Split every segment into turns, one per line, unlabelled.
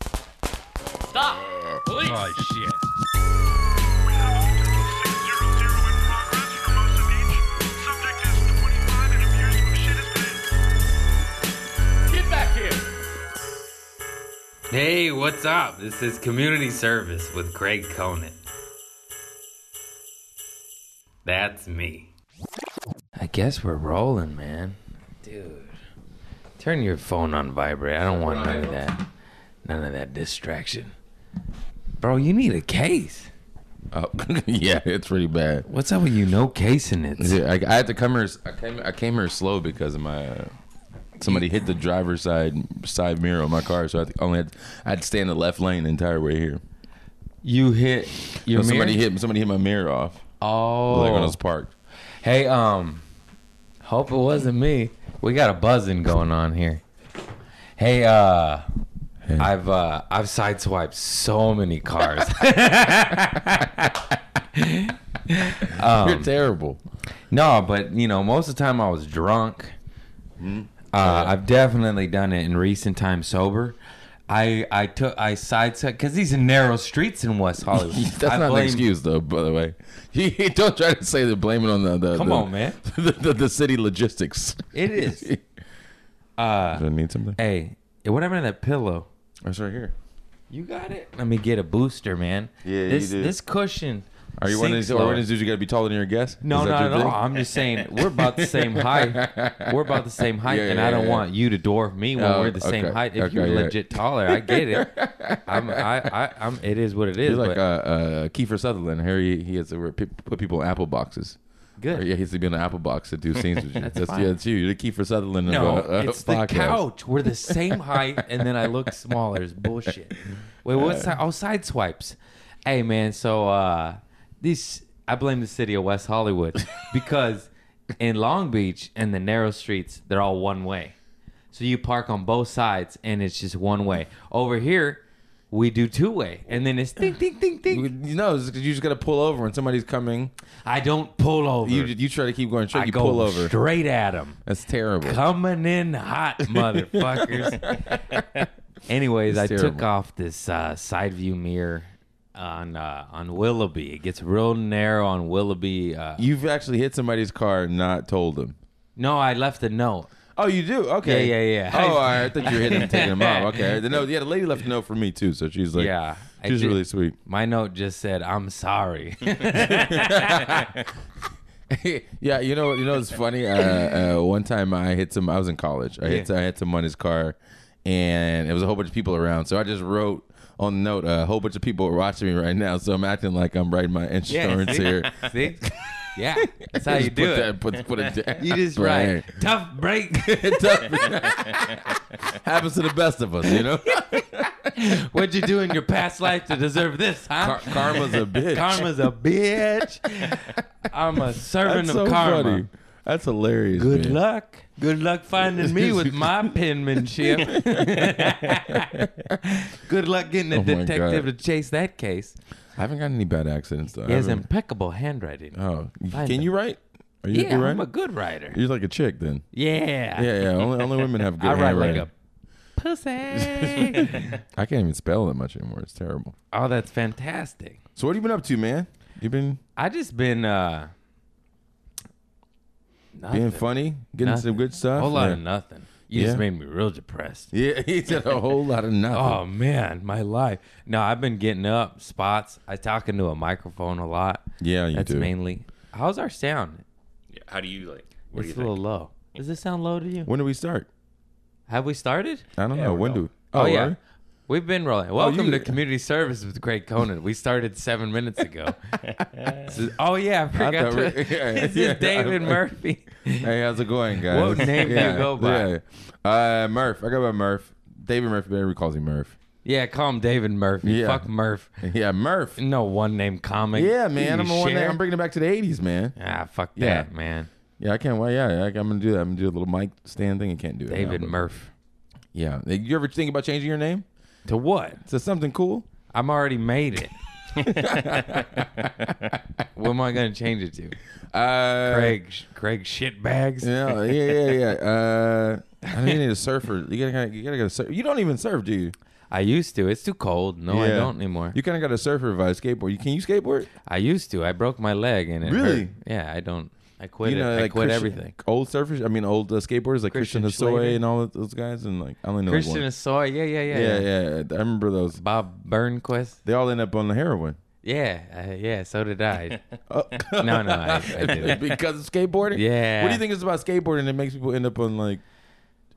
Stop!
Uh,
Police!
Oh shit.
Get back here!
Hey, what's up? This is Community Service with Greg Conant. That's me. I guess we're rolling, man. Dude, turn your phone on vibrate. I don't want none of that, none of that distraction. Bro, you need a case.
Oh, yeah, it's pretty bad.
What's up with you? No case in it.
Yeah, I, I had to come here. I came. I came here slow because of my. Uh, somebody hit the driver's side side mirror on my car, so I had to- only had I had to stay in the left lane the entire way here.
You hit your
No, somebody
mirror?
hit. Somebody hit my mirror off.
Oh,
Like when I was parked.
Hey, um, hope it wasn't me. We got a buzzing going on here. Hey, uh, I've uh, I've sideswiped so many cars. Um,
You're terrible.
no, but you know, most of the time I was drunk.
Hmm? Oh,
Uh, I've definitely done it in recent times sober. I I took I sideswiped because these are narrow streets in West Hollywood.
That's
I
not an
blame-
excuse, though. By the way, you don't try to say that. Blame it on the. the
Come
the-
on, man.
The, the, the city logistics.
It is. Uh,
Do I need something?
hey, whatever in that pillow.
It's right here.
You got it. Let me get a booster, man.
Yeah, you
this
do.
this cushion.
Are you one of
sinks
these? Are
low.
one of these dudes you got to be taller than your guest?
No,
Is that
no,
your
no.
thing?
I'm just saying we're about the same height. We're about the same height,
Yeah,
and
yeah,
I don't
yeah.
want you to dwarf me when
Oh,
we're the same
okay,
height. If
okay,
you're
yeah.
legit taller, I get it. I'm, I, I, I'm. It is what it is.
You're like
but
uh, uh, Kiefer Sutherland. Here he, he has to wear, pe- put people in apple boxes. Or,
good.
yeah, he has to be in an apple box to do scenes with you. that's
fine.
yeah, that's you. You're the Kiefer Sutherland.
No,
of, uh, uh,
it's the
podcast.
couch. We're the same height, and then I look smaller. It's bullshit. Wait, what's si- oh side swipes? Hey man, so uh this I blame the city of West Hollywood because in Long Beach and the narrow streets, they're all one way. So you park on both sides, and it's just one way. Over here, we do two way, and then it's ding ding ding
You
ding.
know, it's 'cause you just got to pull over when somebody's coming.
I don't pull over.
You you try to keep going straight.
I
you
go
pull over.
straight at them.
That's terrible.
coming in hot, motherfuckers. Anyways, I
It's
took
terrible.
off this uh, side view mirror on uh, on Willoughby. It gets real narrow on Willoughby. Uh,
You've actually hit somebody's car and not told them.
no, I left a note.
Oh, you do? Okay.
Yeah, yeah, yeah.
Oh, all right. I thought you were hitting him, taking him off. Okay. No, yeah, the lady left a note for me too, so she's like,
yeah, I
she's
did-
really sweet.
My note just said, "I'm sorry."
yeah, you know, you know, it's funny. Uh, uh, one time I hit some. I was in college. I hit. I hit someone in his car, and it was a whole bunch of people around. So I just wrote on the note. uh, A whole bunch of people are watching me right now, so I'm acting like I'm writing my insurance
see?
here.
See? Yeah, that's how you
Just
do
put
it.
that- put, put it down.
you just write tough break.
It does- happens to the best of us, you know.
What'd you do in your past life to deserve this, huh?
Car- karma's a bitch.
Karma's a bitch. I'm a servant
That's
of
so
karma.
funny. That's hilarious.
Good
man.
luck. Good luck finding me with my penmanship. Good luck getting a
Oh my
detective
God.
to chase that case.
I haven't gotten any bad accidents though.
He
I
has
haven't-
impeccable handwriting.
oh,
Find
can
them.
you write? Are you a
yeah,
good
I'm
writer?
a good writer.
You're like a chick then.
Yeah.
Yeah, yeah. Only, only women have good
I write like
handwriting.
a pussy.
I can't even spell that much anymore. It's terrible.
oh, that's fantastic.
So what have you been up to, man? You been
I just been uh
being
nothing.
funny, getting
Nothing.
some good stuff.
A whole lot
yeah.
of nothing. You
Yeah.
just made me real depressed.
Yeah, he did a whole lot of nothing.
Oh man, my life. No, I've been getting up spots. I talk into a microphone a lot.
yeah, you
That's
do.
mainly. How's our sound?
Yeah, How do you like? What do you
it's a
think?
little low. Does this sound low to you?
when do we start?
Have we started?
I don't
Yeah,
know.
we're
When do?
going.
Oh, yeah.
are we?
We've been rolling. Welcome
Oh, you-
to Community Service with Greg Conan. We started seven minutes ago. This is- oh yeah, I forgot.
thought we-
to-
yeah,
this
yeah,
is David
I-
Murphy.
Hey, how's it going, guys?
What name do you go by?
Yeah. Uh, Murph. I go by Murph. David Murphy. but Everybody calls me Murph.
yeah, call him David Murphy.
Yeah.
Fuck Murph.
Yeah, Murph.
No one name comic.
Yeah, man.
You
I'm a one.
share?
I'm bringing it back to the '80s, man.
ah, fuck
Yeah.
that, man.
Yeah, I can't. Well, yeah, I, I'm gonna do that. I'm gonna do a little mic stand thing. I can't do it. now,
David
but-
Murph.
Yeah. Like, You ever think about changing your name
To what?
to something cool?
I'm already made it. what am I gonna change it to?
Uh,
Craig, Craig shitbags.
Yeah, yeah, yeah, yeah. Uh, I think you need a surfer. You gotta, you gotta go surf. You don't even surf, do you?
I used to. It's too cold. No, I
Yeah.
don't anymore.
You kind of got a surfer vibe. Skateboard. You can you skateboard?
I used to. I broke my leg and it
Really?
hurt. Yeah, I don't. I quit
you know,
it. I
like
quit
Christian-
everything.
Old surfers. I mean, old uh, skateboarders like Christian,
Christian Slater.
Hassoy and all of those guys. And like I only know like,
Christian
one.
Assoy. Yeah, yeah, yeah,
yeah, yeah, I remember those.
Bob Burnquist.
They all end up on the heroin.
Yeah, uh, yeah. So did I.
Oh.
no, no, I, I didn't.
because of skateboarding.
Yeah.
What do you think is about skateboarding that makes people end up on like,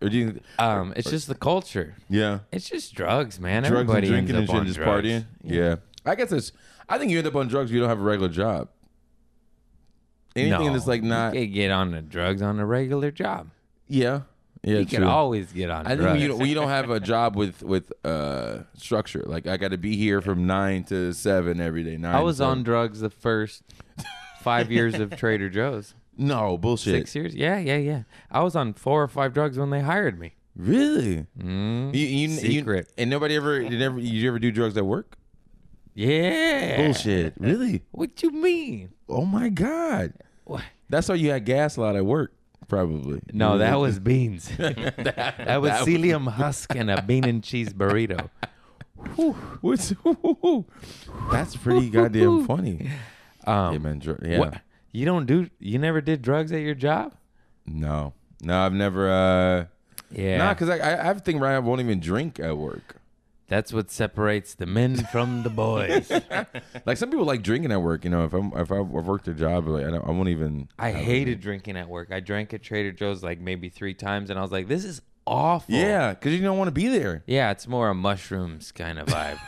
or do you?
Um, it's just the culture.
Yeah.
It's just drugs, man.
drugs and
Everybody
drinking and
ends up
shit,
on
just
drugs.
partying. Yeah. I guess it's. I think you end up on drugs if you don't have a regular job. Anything
No,
that's like not.
You can get on the drugs on a regular job.
Yeah. Yeah.
You can
true.
always get on
I think
drugs.
when you, don't, when you don't have a job with with uh structure. Like I got to be here from nine to seven every day. Nine.
I
to
was
seven.
on drugs the first five years of Trader Joe's.
No bullshit.
Six years? Yeah, yeah, yeah. I was on four or five drugs when they hired me.
Really?
Mm.
You, you,
Secret.
You, and nobody ever did ever you ever do drugs at work?
Yeah.
Bullshit. Really?
What you mean?
Oh my god.
What?
That's why you had gas a lot at work, probably.
No, that
Mm-hmm.
was beans. that was psyllium husk and a bean and cheese burrito.
What's, that's pretty goddamn funny.
Um,
yeah, man. Dr- yeah.
What? You don't do? You never did drugs at your job?
No, no, I've never. uh
Yeah.
Nah, because I, I, I have a thing where I won't even drink at work.
That's what separates the men from the boys.
Like some people like drinking at work. You know, if I'm if I've I've worked a job, like I, don't, I won't even.
I hated drinking at work. I drank at Trader Joe's like maybe three times, and I was like, "This is awful."
Yeah, because you don't want to be there.
yeah. It's more a mushrooms kind of vibe.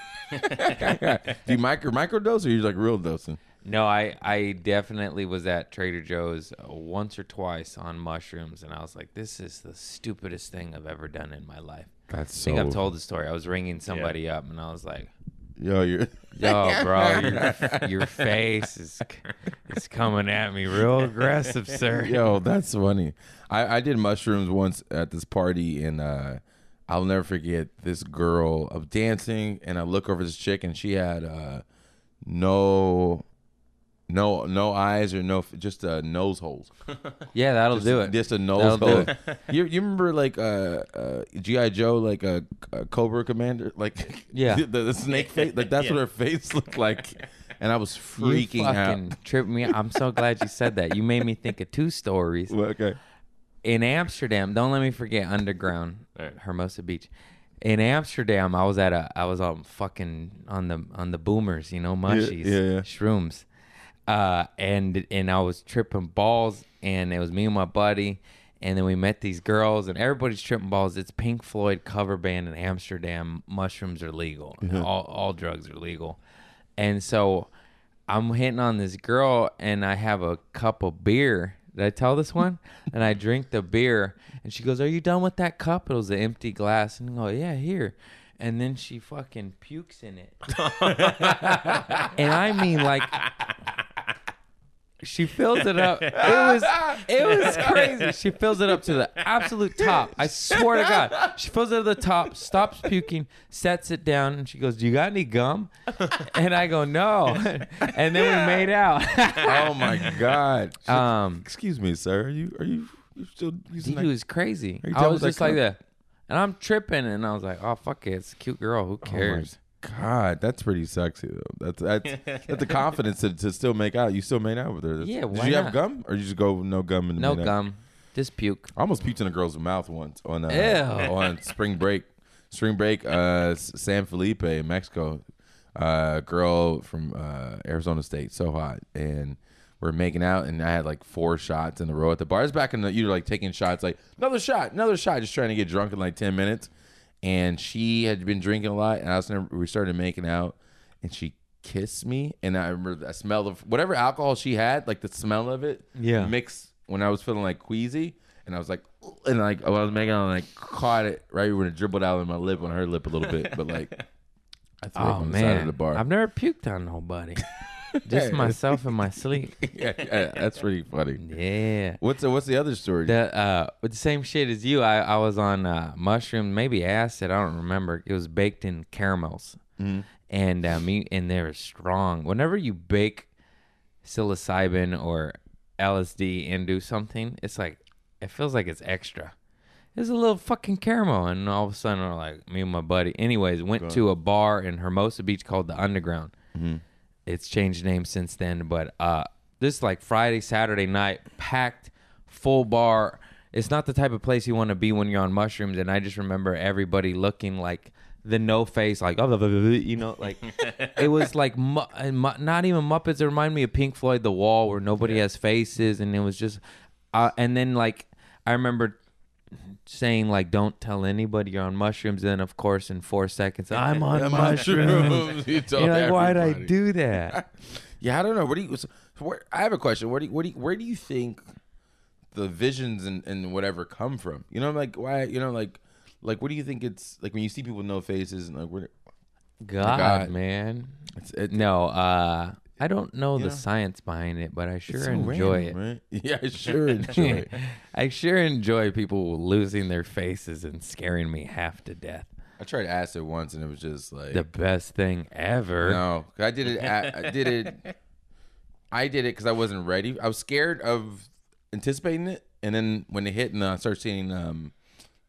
Do you micro microdose or you like real dosing?
no, I I definitely was at Trader Joe's uh, once or twice on mushrooms, and I was like, "This is the stupidest thing I've ever done in my life."
That's
I
so.
think I've told the story. I was ringing somebody up, and I was like,
Yo, you're.
"Yo, bro, your, your face is is coming at me real aggressive, sir."
Yo, that's funny. I, I did mushrooms once at this party, and uh, I'll never forget this girl of dancing. And I look over this chick, and she had uh, no, no, no eyes or no, just uh, nose holes.
Yeah, that'll do it.
Just a nose
That'll do
hole. You, you remember like uh, uh, GI Joe, like a uh, Cobra Commander, like
Yeah.
the, the snake face. Like that's what her face looked like, and I was freaking
you fucking
out.
tripped me. I'm so glad you said that. You made me think of two stories
Well, Okay.
in Amsterdam. Don't let me forget Underground,
Alright.
Hermosa Beach. In Amsterdam, I was at a, I was on fucking on the on the boomers, you know, mushies,
yeah, yeah.
shrooms, uh, and and I was tripping balls, and it was me and my buddy, and then we met these girls, and everybody's tripping balls. It's Pink Floyd cover band in Amsterdam. Mushrooms are legal. All all drugs are legal, and so I'm hitting on this girl and I have a cup of beer. Did I tell this one? and I drink the beer and she goes, Are you done with that cup? It was an empty glass. And I go, Yeah, here. And then she fucking pukes in it. and I mean like she fills it up. It was it was crazy. She fills it up to the absolute top. I swear to God. She fills it to the top, stops puking, sets it down, and she goes, Do you got any gum? And I go, No. And then we made out.
Oh my god.
Um
Excuse me, sir. Are you are you, you still using
he
that?
was crazy.
Are you
I
done
was
with that
just like
cup?
that. And I'm tripping and I was like, Oh fuck it, it's a cute girl.
Oh
Who cares?
God, that's pretty sexy though. That's that's that's the confidence to, to still make out. You still made out with her. That's-
Yeah,
Did
why
you
not?
have gum or you just go no gum and
no
made out?
gum. Just puke.
I almost puked in a girl's mouth once on uh,
Ew.
on spring break. Spring break, uh, S- San Felipe, Mexico. Uh, girl from uh, Arizona State, so hot, and we're making out, and I had like four shots in a row at the bar. It's back in the you're like taking shots, like another shot, another shot, just trying to get drunk in like ten minutes. And she had been drinking a lot, and I was never, we started making out, and she kissed me, and I remember I smelled of whatever alcohol she had, like the smell of it,
Yeah.
mix when I was feeling like queasy, and I was like, and like when I was making, out, I like caught it right when it dribbled out of my lip on her lip a little bit, but like I threw up
Oh
on the side of
man.
the bar.
I've never puked on nobody. just myself in my sleep.
yeah, yeah, that's pretty funny.
Yeah.
What's the, what's the other story?
The uh, with the same shit as you, I, I was on uh, mushroom, maybe acid. I don't remember. It was baked in caramels,
Mm-hmm.
and uh, me and they were strong. Whenever you bake psilocybin or LSD into something, it's like it feels like it's extra. There's a little fucking caramel, and all of a sudden, we're like, me and my buddy. Anyways, went to a bar in Hermosa Beach called the Underground. It's changed name since then, but uh, this like Friday, Saturday night, packed, full bar. It's not the type of place you want to be when you're on mushrooms. And I just remember everybody looking like the no face, like oh, blah, blah, blah, blah, you know, like it was like mu- uh, mu- not even Muppets. It reminded me of Pink Floyd, The Wall, where nobody has faces, and it was just. Uh, and then like I remember saying like don't tell anybody you're on mushrooms then of course in four seconds i'm on mushrooms
you
you're like why'd i
everybody.
do that
Yeah, I don't know. Where do you? So where, I have a question. Where do you, where do you, where do you think the visions and, and whatever come from? You know, like why? You know, like like what do you think it's like when you see people with no faces and like where?
god,
God.
man
It's, it's
no uh i don't know the
know?
science behind it but i sure
so
enjoy
random, Right? Yeah, I sure enjoy
it
it.
i sure enjoy people losing their faces and scaring me half to death
I tried acid once and it was just like
the best thing ever
no. I did it. At, I did it. I did it because I wasn't ready. I was scared of anticipating it, and then when it hit, and I started seeing um,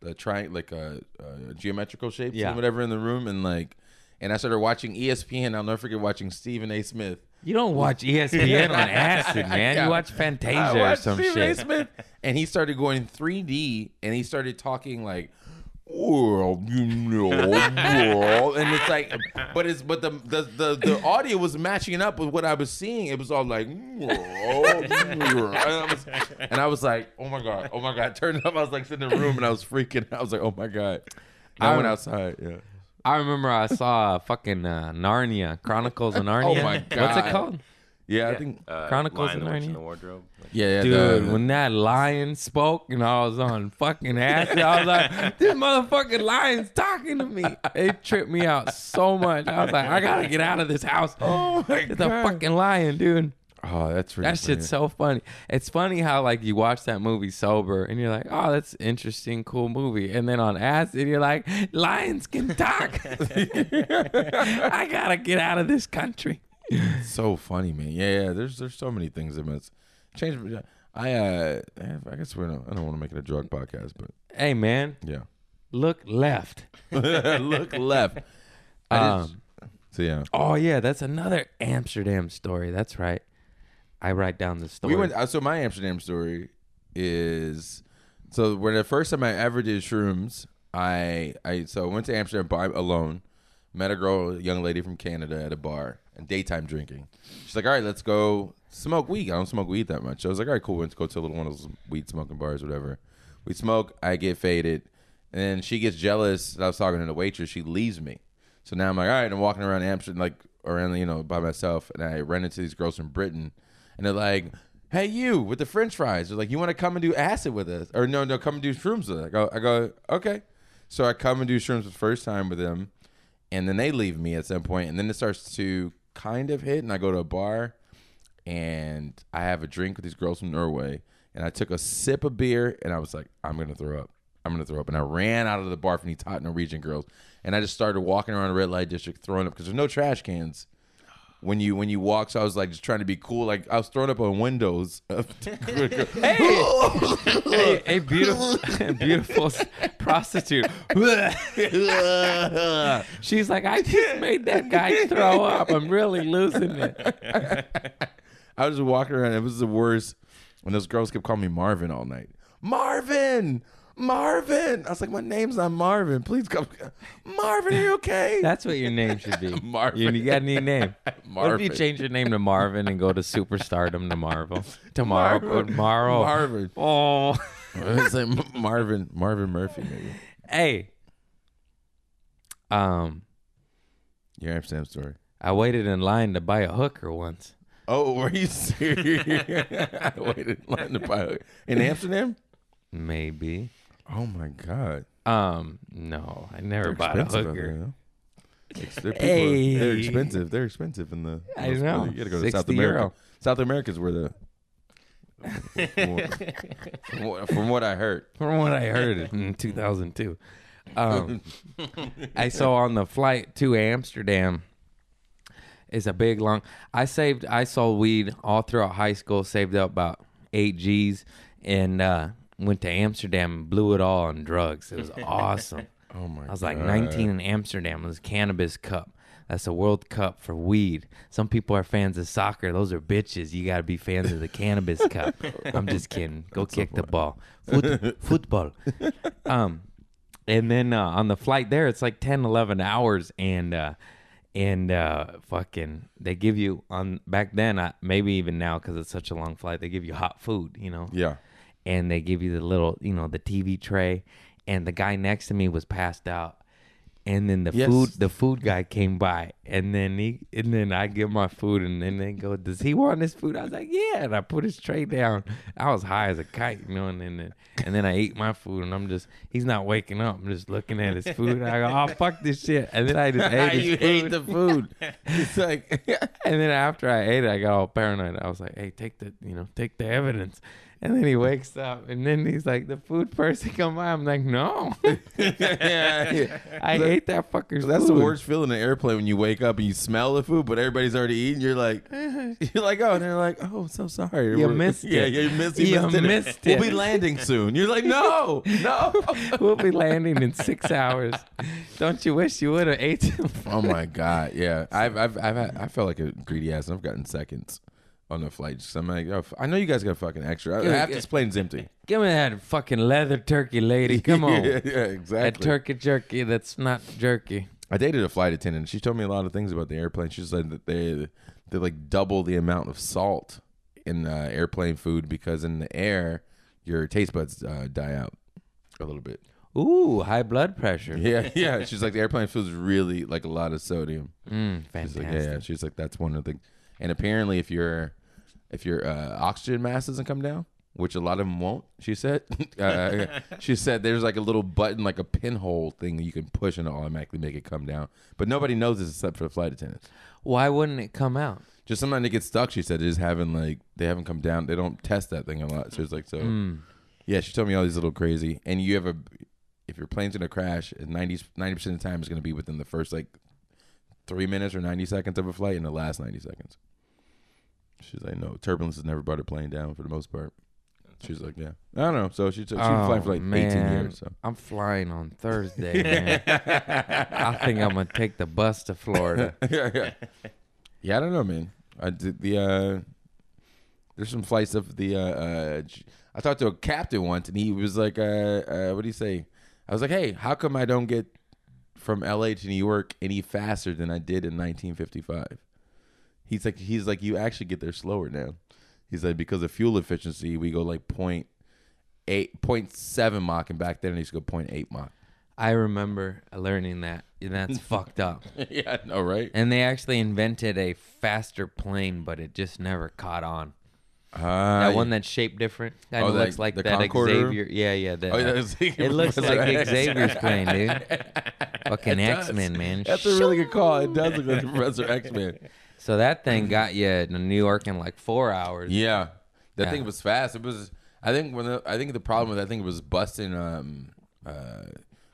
the tri like uh, uh, geometrical shapes
Yeah.
and whatever in the room, and like, and I started watching E ESPN. I'll never forget watching Stephen A. Smith.
you don't watch E espn on acid man
Yeah.
you watch
I
fantasia or
watched
some
Stephen A.
shit
Smith, and he started going 3D, and he started talking like, "Well, you know, well," and it's like, but it's but the the the, the audio was matching up with what I was seeing. It was all like, "Well, you know," and, I was, and I was like, "Oh my god, oh my god!" I turned up, I was like sitting in the room, and I was freaking. out. I was like, "Oh my god!" And I went outside. Yeah.
I remember I saw a fucking uh, Narnia Chronicles of Narnia.
Oh my
What's it
God.
called?
Yeah, I think.
Uh,
Chronicles
Lion,
of
the Witch,
Narnia?
and the Wardrobe. Like,
Yeah, yeah,
Dude,
the-
when that lion spoke and I was on fucking acid, I was like, this motherfucking lion's talking to me. It tripped me out so much. I was like, I gotta get out of this house.
Oh my
it's a
God.
fucking lion, dude.
oh, that's really
That shit's so funny. It's funny how like you watch that movie sober and you're like, oh, that's interesting, cool movie. And then on acid, you're like, lions can talk. I gotta get out of this country.
so funny, man. Yeah, yeah. There's there's so many things that must change. I uh, I guess we don't. I don't want to make it a drug podcast, but
Hey man,
yeah.
look left.
Look left. I just-
Um,
so yeah,
oh yeah, that's another Amsterdam story. That's right. I write down the story.
we went. uh, So my Amsterdam story is so when the first time I ever did shrooms, I I so I went to Amsterdam by alone, met a girl, a young lady from Canada at a bar and daytime drinking. She's like, all right, let's go smoke weed. I don't smoke weed that much. I was like, all right, cool. Let's go to a little one of those weed smoking bars, whatever. We smoke. I get faded, and she gets jealous. that I was talking to the waitress. She leaves me. So now I'm like, all right, I'm walking around Amsterdam, like around, you know, by myself, and I run into these girls from Britain, and they're like, "Hey, you with the French fries?" They're like, "You want to come and do acid with us?" Or no, no, come and do shrooms with us. I go, I go, okay. So I come and do shrooms the first time with them, and then they leave me at some point, and then it starts to kind of hit, and I go to a bar, and I have a drink with these girls from Norway, and I took a sip of beer, and I was like, I'm gonna throw up. I'm gonna throw up, and I ran out of the bar from these hot Norwegian girls, and I just started walking around the red light district throwing up because there's no trash cans when you when you walk. So I was like just trying to be cool, like I was throwing up on windows. "Oh!"
hey, a beautiful, beautiful s- prostitute. She's like, I just made that guy throw up. I'm really losing it.
I was walking around. It was the worst. When those girls kept calling me Marvin all night. Marvin, Marvin. I was like, my name's not Marvin. Please come, Marvin. Are you okay?
That's what your name should be.
Marvin.
You, you got any name? What if you
Marvin.
change your name to Marvin and go to superstardom to Marvel? Tomorrow, tomorrow.
Marvin.
Oh,
it's like M- Marvin, Marvin Murphy. Maybe
hey. Um,
your Amsterdam story.
I waited in line to buy a hooker once.
Oh, were you serious? I waited in line to buy in Amsterdam.
Maybe.
Oh my god!
Um, no, I never bought a
Expensive out
hooker.
there, huh? Ex- they're, people-
Hey.
they're expensive. They're expensive in the.
I know.
You gotta go to South
60
America.
euro.
South America's where the. from, what, from what I heard,
from what I heard in 2002. Um, I saw on the flight to Amsterdam is a big long. I saved. I sold weed all throughout high school. Saved up about eight G's, and uh, went to Amsterdam and blew it all on drugs. It was awesome.
Oh my
I was like 19 in Amsterdam. It was Cannabis Cup. That's a World Cup for weed. Some people are fans of soccer. Those are bitches. You got to be fans of the Cannabis Cup. I'm just kidding. Go kick the ball. Foot, football. Um, and then uh, on the flight there, it's like 10, 11 hours. And, uh, and uh, fucking, they give you on back then, I, maybe even now because it's such a long flight, they give you hot food, you know?
Yeah.
and they give you the little, you know, the TV tray. And the guy next to me was passed out. And then the
Yes.
food, the food guy came by, and then he, and then I give my food, and then they go, "Does he want his food?" I was like, "Yeah," and I put his tray down. I was high as a kite, you know, and then, and then I ate my food, and I'm just, he's not waking up. I'm just looking at his food. I go, "Oh fuck this shit," and then I just ate his
you
food.
hate the food. it's like
And then after I ate it, I got all paranoid. I was like, "Hey, take the, you know, take the evidence." And then he wakes up, and then he's like, "The food person come by." I'm like, "No, I ate that fucker's."
That's the
food."
worst feeling in an airplane when you wake up and you smell the food, but everybody's already eating. You're like, you're like, oh, and they're like, oh, I'm so sorry.
You
We're-
missed
yeah,
it.
Yeah, you missed, you
You
missed,
missed
it.
it.
We'll be landing soon. You're like, no, no.
we'll be landing in six hours. Don't you wish you would have ate him?
oh my god, yeah. I've, I've, I've, had, I felt like a greedy ass, and I've gotten seconds on the flight. Just, I'm like, oh, f- I know you guys got fucking extra. I-
Yeah,
Half
yeah.
this plane's empty.
Give me that fucking leather turkey, lady. Come on,
yeah, yeah,
that
exactly.
turkey jerky. That's not jerky.
I dated a flight attendant. She told me a lot of things about the airplane. She said that they they like double the amount of salt in uh, airplane food because in the air your taste buds uh, die out a little bit.
Ooh, high blood pressure.
Yeah, yeah. She's like the airplane food's really like a lot of sodium.
Mm,
She's
fantastic.
like, yeah, yeah. She's like that's one of the. And apparently, if your if your uh, oxygen mask doesn't come down, which a lot of them won't, she said. uh, she said there's like a little button, like a pinhole thing that you can push and it'll automatically make it come down. But nobody knows this except for the flight attendants.
Why wouldn't it come out?
Just sometimes they get stuck. She said they just haven't like they haven't come down. They don't test that thing a lot. So it's like so.
Hmm. Mm.
Yeah, she told me all these little crazy. And you have a if your plane's gonna crash, 90 percent of the time it's gonna be within the first like three minutes or ninety seconds of a flight and the last ninety seconds. She's like, no, turbulence has never brought a plane down for the most part. She's like, yeah, I don't know. So she took, she was flying for like
Oh,
eighteen years. So
I'm flying on Thursday, man. I think I'm gonna take the bus to Florida.
yeah, yeah. Yeah, I don't know, man. I did the uh there's some flights of the uh, uh G- I talked to a captain once and he was like uh, uh what do you say? I was like, "Hey, how come I don't get from LA to New York any faster than I did in 1955?" He's like he's like you actually get there slower now. He's like because of fuel efficiency, we go like point eight point seven mach and back then it used to go point eight mach.
I remember learning that, and that's fucked up.
yeah, I know, right?
And they actually invented a faster plane, but it just never caught on. That one that's shaped different, kind
Oh,
of
the-
looks like
the
that
Concorde?
Xavier. Yeah, yeah. That,
Oh, yeah,
uh,
that's-
it looks like
Right.
Xavier's plane, dude. Fucking
does.
X Men, man.
That's a really good call. It does look like the Professor X Man.
so that thing got you in New York in like four hours.
Mm. Yeah, that
Yeah.
thing was fast. It was. I think when the, I think the problem with that thing was busting. Um, uh,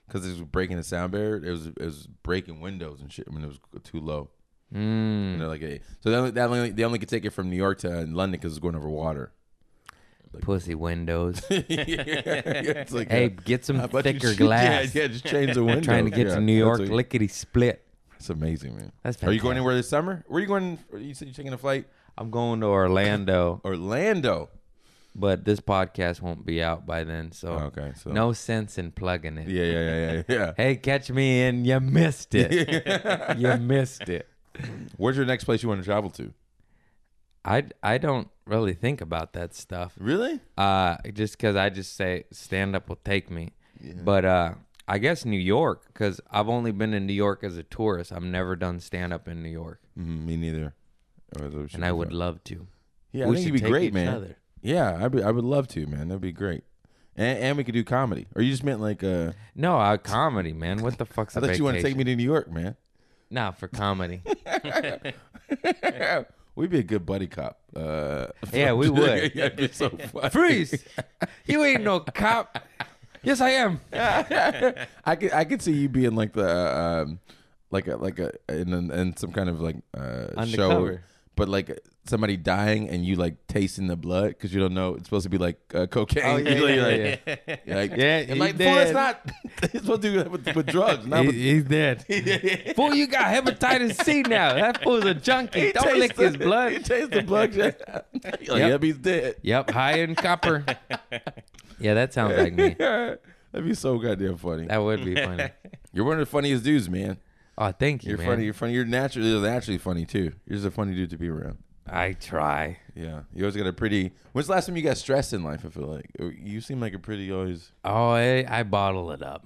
because it was breaking the sound barrier. It was it was breaking windows and shit when it was too low.
Mm.
You know, like a, so they only, they only they only could take it from New York to uh, London because it's going over water.
Pussy windows.
It's like,
hey,
uh,
get some
how about you-
thicker glass.
Yeah, yeah, just change the window.
Trying to get to New York,
It's
lickety split.
amazing, man.
That's
Are you
fantastic.
going anywhere this summer? Where are you going? You said you're taking a flight.
I'm going to Orlando,
Orlando.
but this podcast won't be out by then, so
Okay, so
no sense in plugging it.
Yeah, yeah, yeah, yeah, yeah.
Hey, catch me in. You missed it. you missed it.
Where's your next place you want to travel to?
I, I don't really think about that stuff.
Really?
Uh, just because I just say stand up will take me. But uh, I guess New York, because I've only been in New York as a tourist. I've never done stand up in New York,
Mm, me neither. Oh, that should
and I
be
would
fun.
love to.
Yeah,
we
I think
should
it'd be
take
great,
each
man.
other.
Yeah, I'd be, I would love to, man. That'd be great. And, and we could do comedy. Or you just meant like, uh,
No, uh, comedy, man. What the fuck's
I
a
thought you want to
vacation?
take me to New York, man.
Nah, for comedy.
We'd be a good buddy cop. Uh,
Yeah, we would.
yeah, it'd be so fun.
Freeze! You ain't no cop. Yes, I am.
I could I could see you being like the uh, um, like a like a in, in, in some kind of like uh, show,
Undercover.
but like somebody dying and you like tasting the blood because you don't know it's supposed to be like uh, cocaine.
Oh, yeah,
You're
yeah,
like,
yeah,
you're like,
Yeah,
I'm
he
like, "Fool, that's
dead."
not. it's supposed to do that with, with drugs, not with
he's dead. Fool, you got hepatitis C now. That fool's a junkie. Don't lick his
You
blood.
taste the blood. Jack. You're like,
Yep.
yep, he's dead.
Yep, high in copper. Yeah, that sounds like me.
That'd be so goddamn funny.
That would be funny.
You're one of the funniest dudes, man.
Oh, thank you,
You're
man.
funny. You're funny. You're naturally, you're naturally funny too. You're just a funny dude to be around.
I try.
Yeah, you always got a pretty. When's the last time you got stressed in life? I feel like Or you seem like a pretty always.
Oh, I, I bottle it up.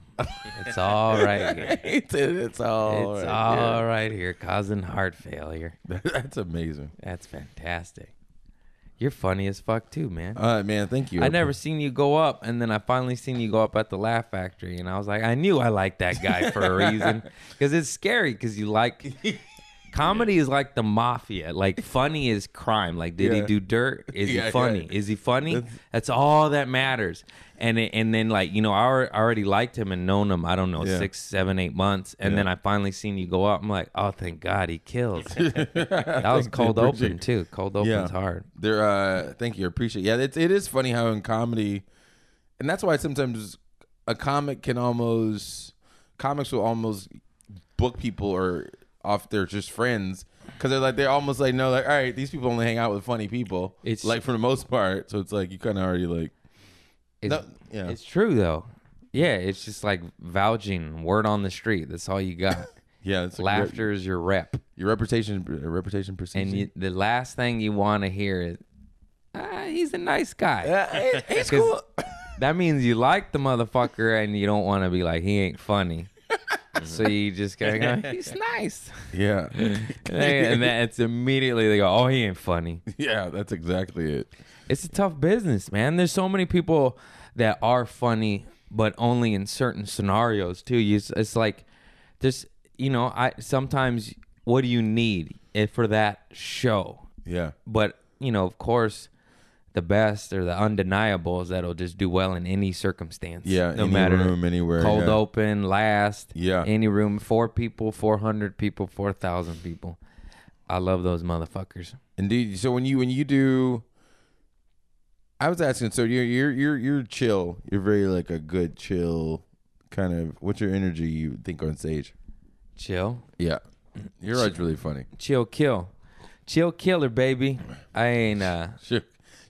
It's all right here.
it's, it's all.
It's
right, yeah.
all right here, causing heart failure.
That's amazing.
That's fantastic. You're funny as fuck too, man.
All right, man. Thank you.
I never seen you go up, and then I finally seen you go up at the Laugh Factory, and I was like, I knew I liked that guy for a reason, because it's scary, because you like comedy is like the mafia, like funny is crime. Like, did he
Yeah.
do dirt? Is
Yeah,
he funny?
yeah.
Is he funny? That's, all that matters. And it, and then like you know, I alre- already liked him and known him. I don't know
Yeah.
six, seven, eight months, and
Yeah.
then I finally seen you go up. I'm like, oh, thank God, he kills. that was cold
appreciate
open
it.
too. Cold open's
Yeah.
hard.
There, uh, thank you. I appreciate. Yeah, it's, it is funny how in comedy, and that's why sometimes a comic can almost comics will almost book people or off their just friends because they're like they're almost like no like all right these people only hang out with funny people.
It's-
It's like for the most part, so it's like you kind of already like
It's-
no, yeah.
It's true though. Yeah, it's just like vouching, word on the street. That's all you got.
yeah, it's like your-
Laughter is your rep,
Your, reputation, uh, reputation precedes
and
you.
you, the last thing you want to hear is, ah, "He's a nice guy."
Yeah, he- he's
'Cause
cool.
That means you like the motherfucker, and you don't want to be like, "He ain't funny." so you just gotta go, "He's nice,"
Yeah,
and that's immediately they go, "Oh, he ain't funny."
yeah, that's exactly it.
It's a tough business, man. There's so many people that are funny, but only in certain scenarios too. You, it's like there's, you know, I sometimes what do you need eh, for that show?
Yeah,
But you know, of course, the best or the undeniables that'll just do well in any circumstance.
yeah.
no
any
matter
room, anywhere.
cold
yeah.
open, last,
Yeah.
any room, four people, four hundred people, four thousand people. I love those motherfuckers.
Indeed. So when you when you do, I was asking. So you're you're you're you're chill. You're very like a good chill kind of. What's your energy? You think on stage?
Chill.
Yeah, you're always really funny.
Chill Kill. Chill Killer, baby. I ain't uh
Sure.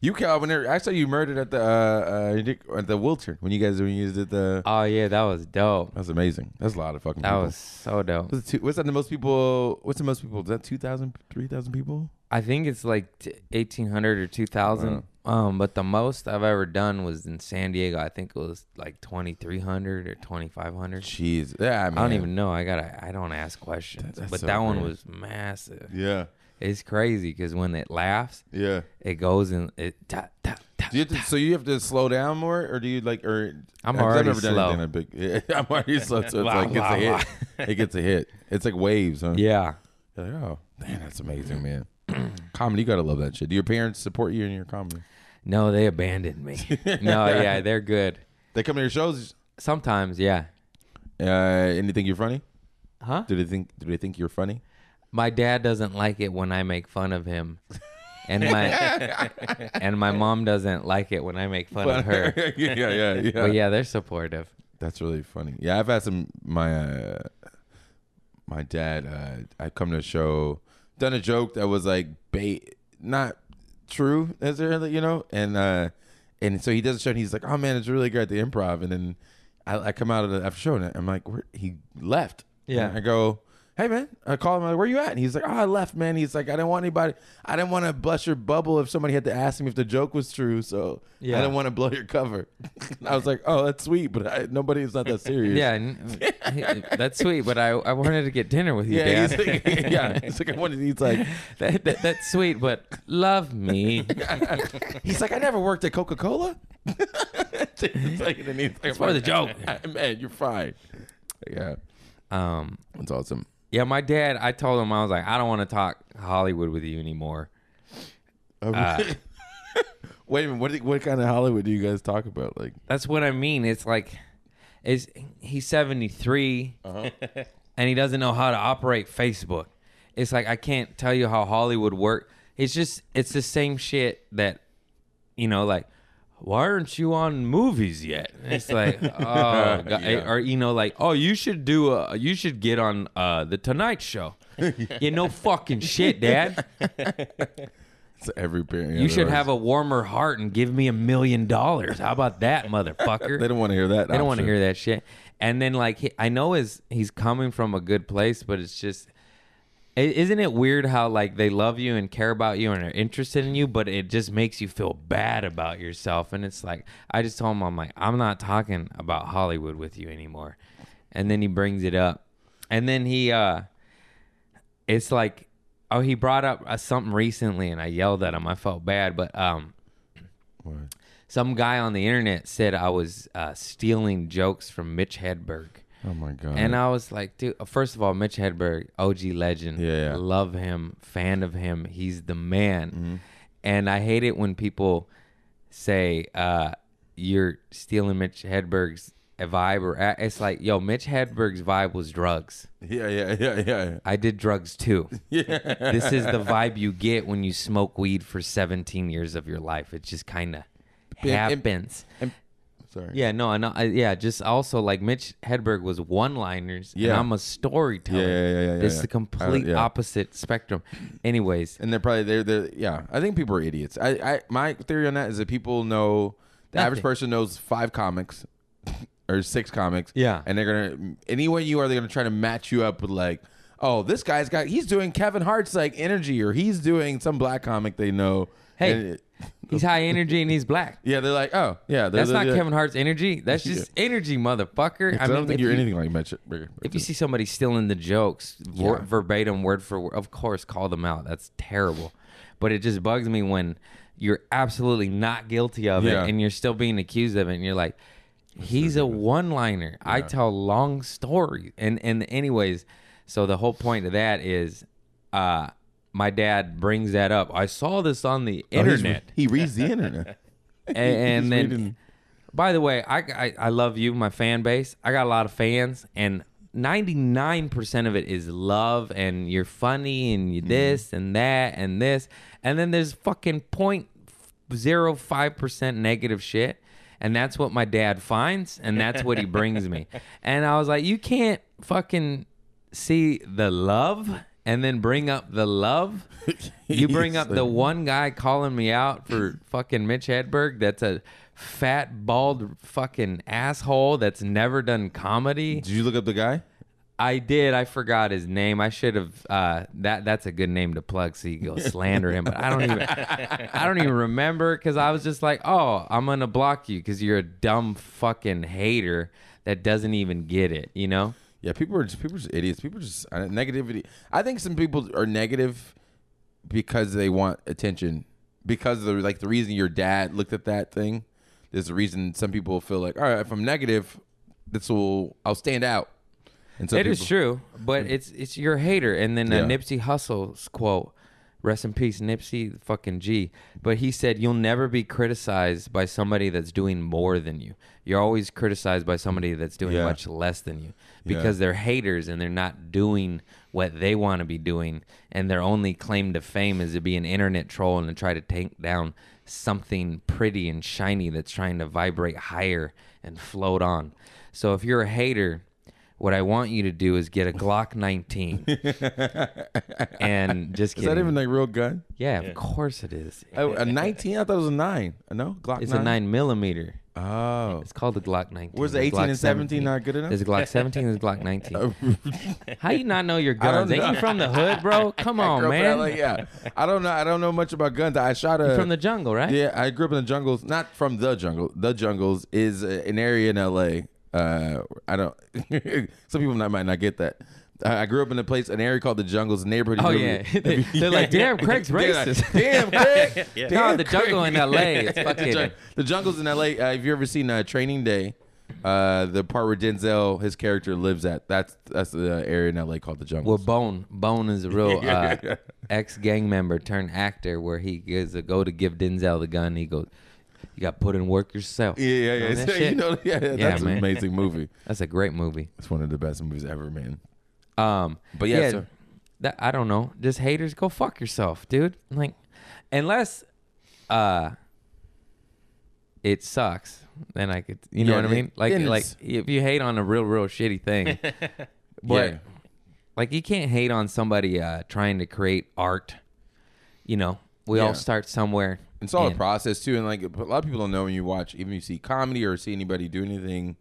You ca- when there- I saw you murdered at the uh, uh at the Wiltern when you guys when you did the.
oh yeah, that was dope.
That's amazing. That's a lot of fucking.
That
people.
was so dope.
What's, the two, what's that? The most people. What's the most people? Is that 2,000, 3,000 people?
I think it's like t- 1800 or 2000. Um but the most I've ever done was in San Diego. I think it was like 2300 or 2500.
Jeez. Yeah. I,
I don't even know. I got to I don't ask questions.
that's
but
so
that one
great.
was massive.
Yeah.
It's crazy cuz when it laughs,
Yeah.
it goes and it ta, ta, ta,
Do you have to, so you have to slow down more, or do you like? Or
I'm
'cause I've
already
never done
slow.
anything that big. Yeah, I'm already slow, so it's
Wah,
like
wah,
it's a hit. it gets a hit. It's like waves, huh?
yeah.
You're like, oh, man, that's amazing, man. comedy, you gotta love that shit. Do your parents support you in your comedy?
No, they abandoned me. no, yeah, they're good.
They come to your shows.
Sometimes, yeah.
Uh, and they think you're funny?
Huh?
Do they think? Do they think you're funny?
my dad doesn't like it when I make fun of him. And my and my mom doesn't like it when I make fun of her.
yeah, yeah, yeah.
But yeah, they're supportive.
That's really funny. Yeah, I've had some my uh, my dad. Uh, I come to a show, done a joke that was like bait, not true, as there, you know, and uh, and so he does a show and he's like, "Oh man, it's really great at the improv," and then I, I come out of the after show and I'm like, "Where he left?"
Yeah.
And I go. Hey man, I call him. I'm like, Where you at? And he's like, Oh, I left, man. He's like, I didn't want anybody. I didn't want to bust your bubble if somebody had to ask me if the joke was true. So
Yeah.
I didn't want to blow your cover. And I was like, oh, that's sweet, but I, nobody is not that serious.
Yeah, and that's sweet. But I, I wanted to get dinner with you,
yeah. He's
Dad.
like, yeah. He's like, I wanted. He's like,
that, that, that's sweet, but love me.
he's like, I never worked at Coca Cola. it's like, and then he's like,
part of the joke.
man, you're fine. Yeah,
Um,
that's awesome.
yeah, my dad. I told him I was like, I don't want to talk Hollywood with you anymore.
Um,
Uh,
Wait a minute. What what kind of Hollywood do you guys talk about? Like,
That's what I mean. It's like, is he's seventy three, and he doesn't know how to operate Facebook. It's like I can't tell you how Hollywood worked. It's just it's the same shit that you know, like why aren't you on movies yet? It's like oh, God.
Yeah.
or you know, like oh, you should do a, you should get on uh the Tonight Show. you know, fucking shit, Dad.
It's every parent.
You should have a warmer heart and give me a million dollars. How about that, motherfucker?
They don't want to hear that.
They don't want to hear that shit. And then like he, I know is he's coming from a good place, but it's just i- isn't it weird how like they love you and care about you and are interested in you, but it just makes you feel bad about yourself. And it's like I just told him I'm like I'm not talking about Hollywood with you anymore. And then he brings it up, and then he uh, it's like oh he brought up uh, something recently, and I yelled at him. I felt bad, but um some guy on the internet said I was uh, stealing jokes from Mitch Hedberg.
Oh my god.
And I was like, dude, uh, first of all, Mitch Hedberg, OG legend.
Yeah, Mm-hmm. yeah.
Love him, fan of him. He's the man. And I hate it when people say uh, you're stealing Mitch Hedberg's vibe. or It's like, yo, Mitch Hedberg's vibe was drugs.
yeah, yeah, yeah, yeah.
I did drugs too. this is the vibe you get when you smoke weed for 17 years of your life. It just kind of
Big imp-
happens.
Sorry.
Yeah, no, I know. I, yeah, just also like Mitch Hedberg was one-liners, and
Yeah.
I'm a storyteller.
Yeah, yeah, yeah, yeah,
It's
yeah.
the
I-
complete
yeah.
opposite spectrum. Anyways,
and they're probably they're they're yeah. I think people are idiots. I I my theory on that is that people know the
Nothing.
average person knows five comics or six comics.
Yeah.
and they're gonna any way you are they're gonna try to match you up with like. Oh, this guy's got he's doing Kevin Hart's like energy or he's doing some black comic they know.
Hey.
And it-
he's high energy and he's black.
yeah, they're like, "Oh, yeah, they're-
That's
they're-
not
they're-
Kevin Hart's energy. That's just energy, motherfucker.
I, don't
mean,
think
if
you're
you-
anything like Mitch. Hedberg.
If you see somebody stealing the jokes ver-
Yeah.
verbatim, word for word, of course, call them out. That's terrible. But it just bugs me when you're absolutely not guilty of
Yeah.
it and you're still being accused of it, and you're like, he's a one liner. I tell long stories. And, and, anyways, so the whole point of that is, uh, my dad brings that up. I saw this on the
Oh, he's-
internet.
he reads the internet.
A- and,
He's
then,
reading-
by the way, I, I I love you, my fan base. I got a lot of fans, and ninety nine percent of it is love, and you're funny, and you
Mm-hmm.
this and that and this, and then there's fucking point zero five percent negative shit, and that's what my dad finds, and that's what he brings me, and I was like, you can't fucking see the love. And then bring up the love. You bring up the
He's like-
one guy calling me out for fucking Mitch Hedberg that's a fat, bald fucking asshole that's never done comedy.
Did you look up the guy?
I did. I forgot his name. I should have. Uh, that that's a good name to plug, so you can go slander him. But I don't even. I don't even remember because I was just like, oh, I'm gonna block you because you're a dumb fucking hater that doesn't even get it. You know?
Yeah, people are just, people are just idiots. People are just uh, negativity. I think some people are negative because they want attention. Because of the like the reason your dad looked at that thing, there's a reason some people feel like, all right, if I'm negative, this will I'll stand out. And so
It is true, but it's it's your hater. And then uh,
Yeah.
Nipsey Hussle's quote, "Rest in peace, Nipsey fucking G." But he said, "You'll never be criticized by somebody that's doing more than you. You're always criticized by somebody that's doing
Yeah.
much less than you because they're haters and they're not doing what they want to be doing, and their only claim to fame is to be an internet troll and to try to take down." Something pretty and shiny that's trying to vibrate higher and float on. So, if you're a hater, what I want you to do is get a Glock 19 and just
Is
kidding.
that even like real gun?
yeah, of course it is.
Oh, a 19? I thought it was a nine. Uh, No, Glock.
It's
nine?
a nine millimeter.
Oh,
It's called the Glock 19.
Where's the
There's
18
Glock
and 17 not good enough?
There's a Glock 17. There's a Glock 19. How you not know your guns?
don't
Ain't
know.
you from the hood, bro? Come
I
on,
grew up in
man.
LA, yeah, I don't know. I don't know much about guns. I shot a
From the jungle, right?
uh, Yeah, I grew up in the jungles. Not from the jungle. The jungles is uh, an area in LA. Uh, I don't. some people not, might not get that. I I grew up in a place, an area called the jungles, a neighborhood.
Oh
If you-
yeah,
if you-
they're like, damn, Craig's
They're like,
racist.
Damn, Craig.
Yeah.
no,
damn,
the jungle in L.A. It's
the, jung-
fucking.
the jungles in LA. Uh, have you ever seen uh, Training Day? Uh, the part where Denzel, his character, lives at. That's that's the area in LA called the
Well,
jungles.
Bone Bone is a real uh, ex gang member turned actor where he gives a go to give Denzel the gun. He goes, "You got to put in work yourself."
yeah, yeah, yeah.
Know that
So, you
shit?
know, yeah, yeah,
Yeah,
that's
man.
an amazing movie.
That's a great movie.
It's one of the best movies ever, man.
Um,
But yeah, so-
that I don't know, just haters, go fuck yourself, dude. Like, unless uh, it sucks, then I could, you know
Yeah,
what I
then-
mean? Like,
then
like
it's-
if you hate on a real, real shitty thing, but
Yeah.
like you can't hate on somebody uh, trying to create art. You know, we
Yeah.
all start somewhere.
It's all
and-
a process too, and like a lot of people don't know when you watch, even you see comedy or see anybody do anything.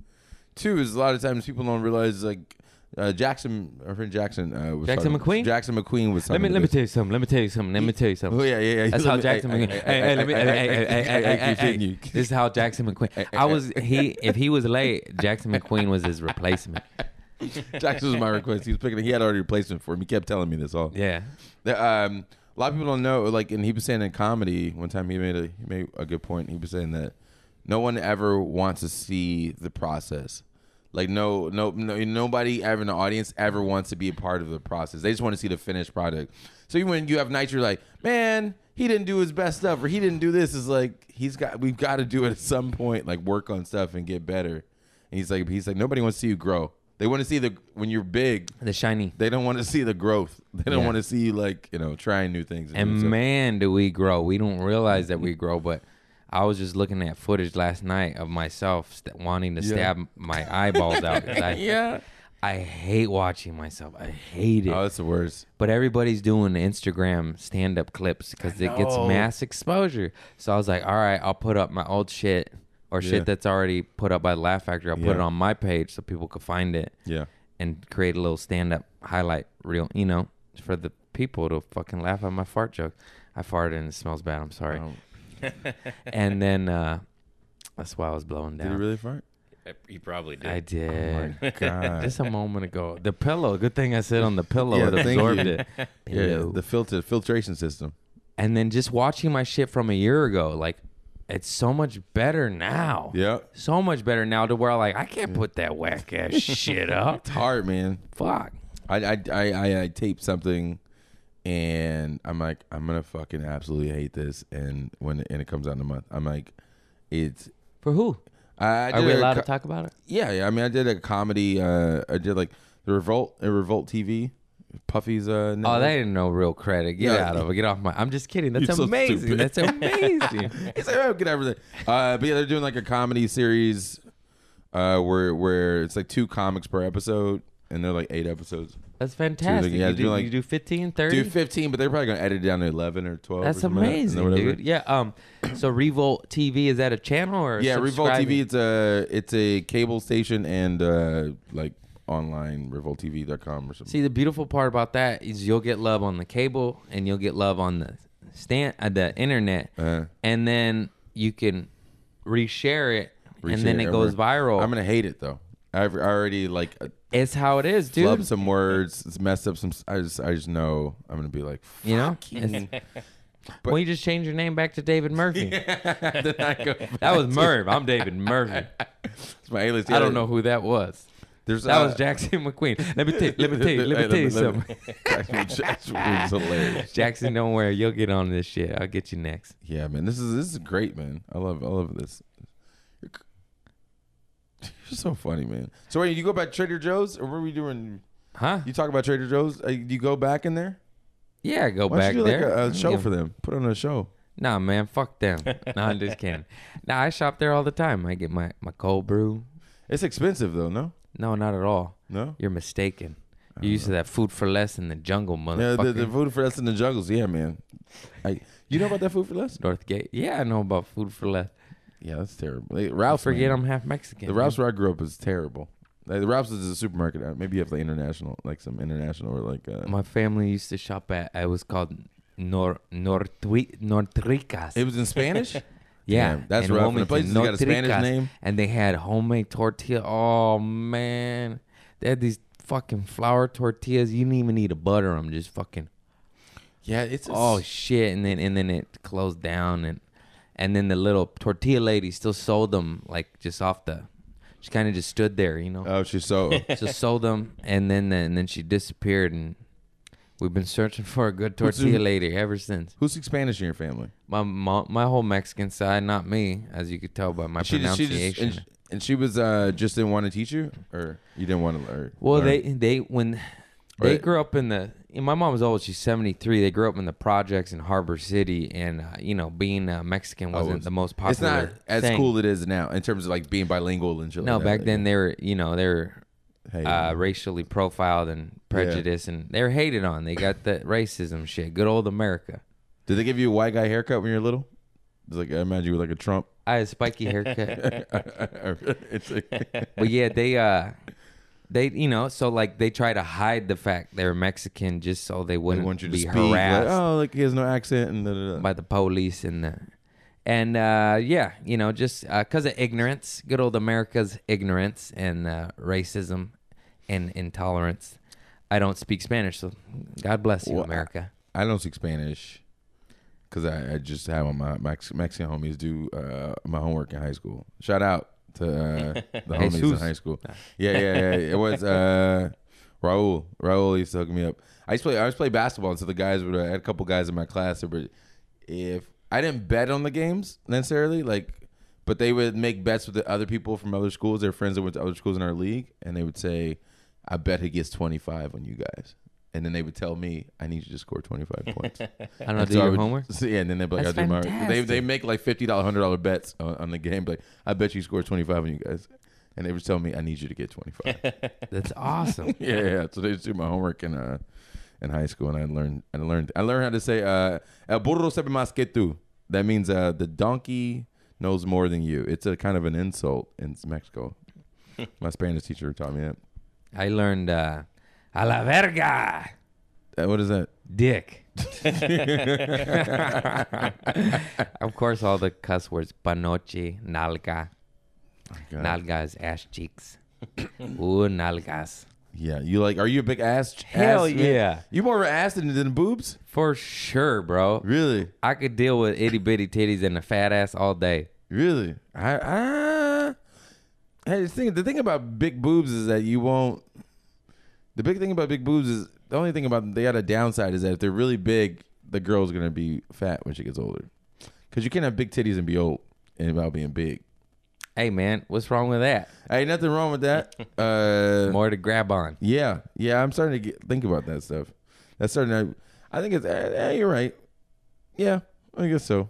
Too is a lot of times people don't realize like uh, Jackson, our friend Jackson, uh, was
Jackson
talking-
McQueen?
Jackson McQueen was.
Let me let
talking
me
about
tell you something. Let me tell you something. Let me tell you something.
this. Oh yeah, yeah, yeah.
That's how Jackson
I- I-
McQueen. Hey, hey, let me.
I-
Hey,
I-
hey, hey,
I-
hey,
I- I-
hey, hey,
I-
hey,
continue.
hey. This is how Jackson McQueen. I was he. If he was late, Jackson McQueen was his replacement.
Jackson was my request. He was picking. He had already replacement for him. He kept telling me this all.
Yeah.
The, um, a lot of people don't know. Like, and he was saying in comedy one time, he made a he made a good point. He was saying that no one ever wants to see the process. Like, no, no, no nobody ever in the audience ever wants to be a part of the process. They just want to see the finished product. So even when you have nights, you're like, man, he didn't do his best stuff, or he didn't do this. Is like he's got we've got to do it at some point. Like work on stuff and get better. And he's like, he's like, nobody wants to see you grow. They want to see the when you're big,
The shiny.
they don't want to see the growth. They don't
Yeah.
want to see you, like you know trying new things.
And
do stuff.
man, do we grow. We don't realize that we grow, but I was just looking at footage last night of myself st- wanting to
Yeah.
stab my eyeballs out. 'cause I,
yeah.
I hate watching myself. I hate it.
Oh, that's the worst.
but everybody's doing Instagram stand up clips because it gets
know.
mass exposure. So I was like, all right, I'll put up my old shit or
Yeah.
shit that's already put up by Laugh Factory. I'll
Yeah.
put it on my page so people could find it
Yeah.
and create a little stand up highlight reel, you know, for the people to fucking laugh at my fart joke. I farted and it smells bad. I'm sorry.
Um,
And then uh, that's why I was blowing
did he
down.
really fart? Oh
He probably did.
I did.
My God.
Just a moment ago. The pillow. Good thing I sit on the pillow.
Yeah,
it
thank
absorbed
you.
it.
yeah, the filter filtration system.
and then just watching my shit from a year ago, like it's so much better now.
Yeah.
So much better now to where like I can't put that whack ass shit up.
It's hard, man.
Fuck.
I I I I, I tape something. And I'm like, I'm gonna fucking absolutely hate this. And when and it comes out in a month, I'm like, it's.
For who?
I,
Are
I did
we
a
allowed
co-
to talk about it?
Yeah, yeah. I mean, I did a comedy. Uh, I did like the Revolt, uh, Revolt TV, Puffy's. Uh,
Oh,
network.
that ain't no real credit. Get
Yeah.
out of it. Get off my. I'm just kidding. That's
You're so
amazing.
stupid.
That's amazing.
It's like, oh, get everything. Uh, but yeah, they're doing like a comedy series, uh, where where it's like two comics per episode, and they're like eight episodes.
That's fantastic.
yeah,
you,
do
do,
like-
you do 15, 30?
Do fifteen, but they're probably gonna edit it down to eleven or twelve. or
That's
something like that, and then
amazing,
whatever.
dude. Yeah. Um. So Revolt TV is that a channel or
Yeah, Revolt
subscribing?
TV. It's a it's a cable station and uh, like online revolttv.com or something.
See, the beautiful part about that is you'll get love on the cable and you'll get love on the stand, uh, the internet,
Uh-huh.
and then you can reshare it, and then
Appreciate
it goes viral.
I'm gonna hate it though. I've already like uh,
it's how it is, dude.
flub some words, it's messed up some. s- I just I just know I'm gonna be like,
you know, It's- well, you just change your name back to David Murphy.
then I go back
That was
to-
Merv. I'm David Murphy.
It's my A-list.
I don't know who that was.
There's
That
uh,
was Jackson McQueen. Let me tell you, let me tell you, let me
Hey,
tell you
let me-
something.
Jackson McQueen's hilarious.
Jackson, don't worry, you'll get on this shit. I'll get you next.
Yeah, man, this is this is great, man. I love I love this. You're c- You're so funny, man. So wait, you go back to Trader Joe's, or what are we doing?
Huh?
You talk about Trader Joe's. Uh, you go back in there.
Yeah, go
Why
back
don't you do like
there.
a, a show
Yeah.
for them? Put on a show.
Nah, man, fuck them. nah, I'm just kidding. Nah, I shop there all the time. I get my, my cold brew.
It's expensive though. No,
No, not at all.
no.
You're mistaken. You're used to that food for less in the jungle,
Uh. Yeah,
motherfucker.
the, the food for less in the jungles. Yeah, man. I, you know about that food for less?
Northgate. Yeah, I know about food for less.
Yeah, that's terrible. Hey, Ralph's.
Forget
man.
I'm half Mexican.
The
man.
Ralph's where I grew up is terrible. Like, the Ralph's is a supermarket. Uh, Maybe you have like international, like some international or like. Uh,
My family used to shop at. It was called Nor Nortui Nortricas.
it was in Spanish.
yeah,
Damn, that's
in
rough. And the
Wilmington,
place has got a Spanish
Nortricas.
name.
And they had homemade tortilla. Oh man, they had these fucking flour tortillas. You didn't even need to butter them. Just fucking
Yeah, it's.
oh shit and then and then it closed down and and then the little tortilla lady still sold them like just off the she kind of just stood there you know
oh, she's so.
just sold them and then and then she disappeared and we've been searching for a good
Who's
tortilla
who-
lady ever since
Who speaks Spanish in your family?
my mom my whole mexican side not me as you could tell by my
She just. She just
pronunciation
and, sh- and she was uh, just didn't want to teach you, or you didn't want to learn.
well
learn?
they they when they
Right.
grew up in the and my mom's old. She's 73. They grew up in the projects in Harbor City, and uh, you know, being uh, Mexican wasn't the most popular.
Oh, It's not as
thing.
cool it is now in terms of like being bilingual and shit.
No,
like that.
back then they were, you know, they were
Hey,
uh, racially profiled and prejudiced, and they were hated on. They got that racism shit. Good old America.
did they give you a white guy haircut when you were little? It's like I imagine you were like a Trump.
I had a spiky haircut.
it's like,
but yeah, they uh they you know, so like they try to hide the fact they're Mexican just so they
they
wouldn't
want you to
be
speak. Like,
harassed
oh, like he has no accent and da, da, da.
by the police and the and uh yeah, you know, just uh 'cause cuz of ignorance, good old America's ignorance and uh racism and intolerance. I don't speak Spanish, so God bless you,
Well, I-
America.
I don't speak Spanish because I, I just had one of my Mex- Mexican homies do uh, my homework in high school. Shout out to uh, the homies in
Jesus.
high school. Yeah, yeah, yeah. It was uh, Raul. Raul used to hook me up. I used to play. I used to play basketball, and so the guys would. uh, I had a couple guys in my class, that were if I didn't bet on the games necessarily, like, but they would make bets with the other people from other schools, their friends that went to other schools in our league, and they would say, "I bet he gets twenty five on you guys." And then they would tell me, "I need you to score twenty five points."
I don't know,
And
do
so I
your
would-
homework?
so, yeah, and then they'd be like,
That's
"I'll do my." homework." They they
fantastic.
make like fifty dollar, hundred dollar bets on, on the game. Like, I bet you score twenty five on you guys, and they would tell me, "I need you to get 25
That's awesome.
yeah, yeah. So they just do my homework in uh in high school, and I learned I learned I learned how to say uh "El burro sabe más que tú." That means uh the donkey knows more than you. It's a kind of an insult in Mexico. my Spanish teacher taught me that.
I learned uh a la verga.
Uh, what is that?
dick. of course, all the cuss words: panoche, nalga,
God.
nalga is ass cheeks. Ooh, nalgas
Yeah, you like? Are you a big ass?
Hell
ass man?
yeah.
You more of an ass than, than boobs?
for sure, bro.
Really?
I could deal with itty bitty titties and a fat ass all day.
Really? I, I hey, the thing, the thing about big boobs is that you won't. The big thing about big boobs is the only thing about they got a downside is that if they're really big, the girl's gonna be fat when she gets older, because you can't have big titties and be old and about being big.
Hey, man, what's wrong with that?
Hey, nothing wrong with that. Uh,
More to grab on.
yeah, yeah. I'm starting to get, think about that stuff. That's starting. To, I think it's. eh, eh, you're right. Yeah, I guess so.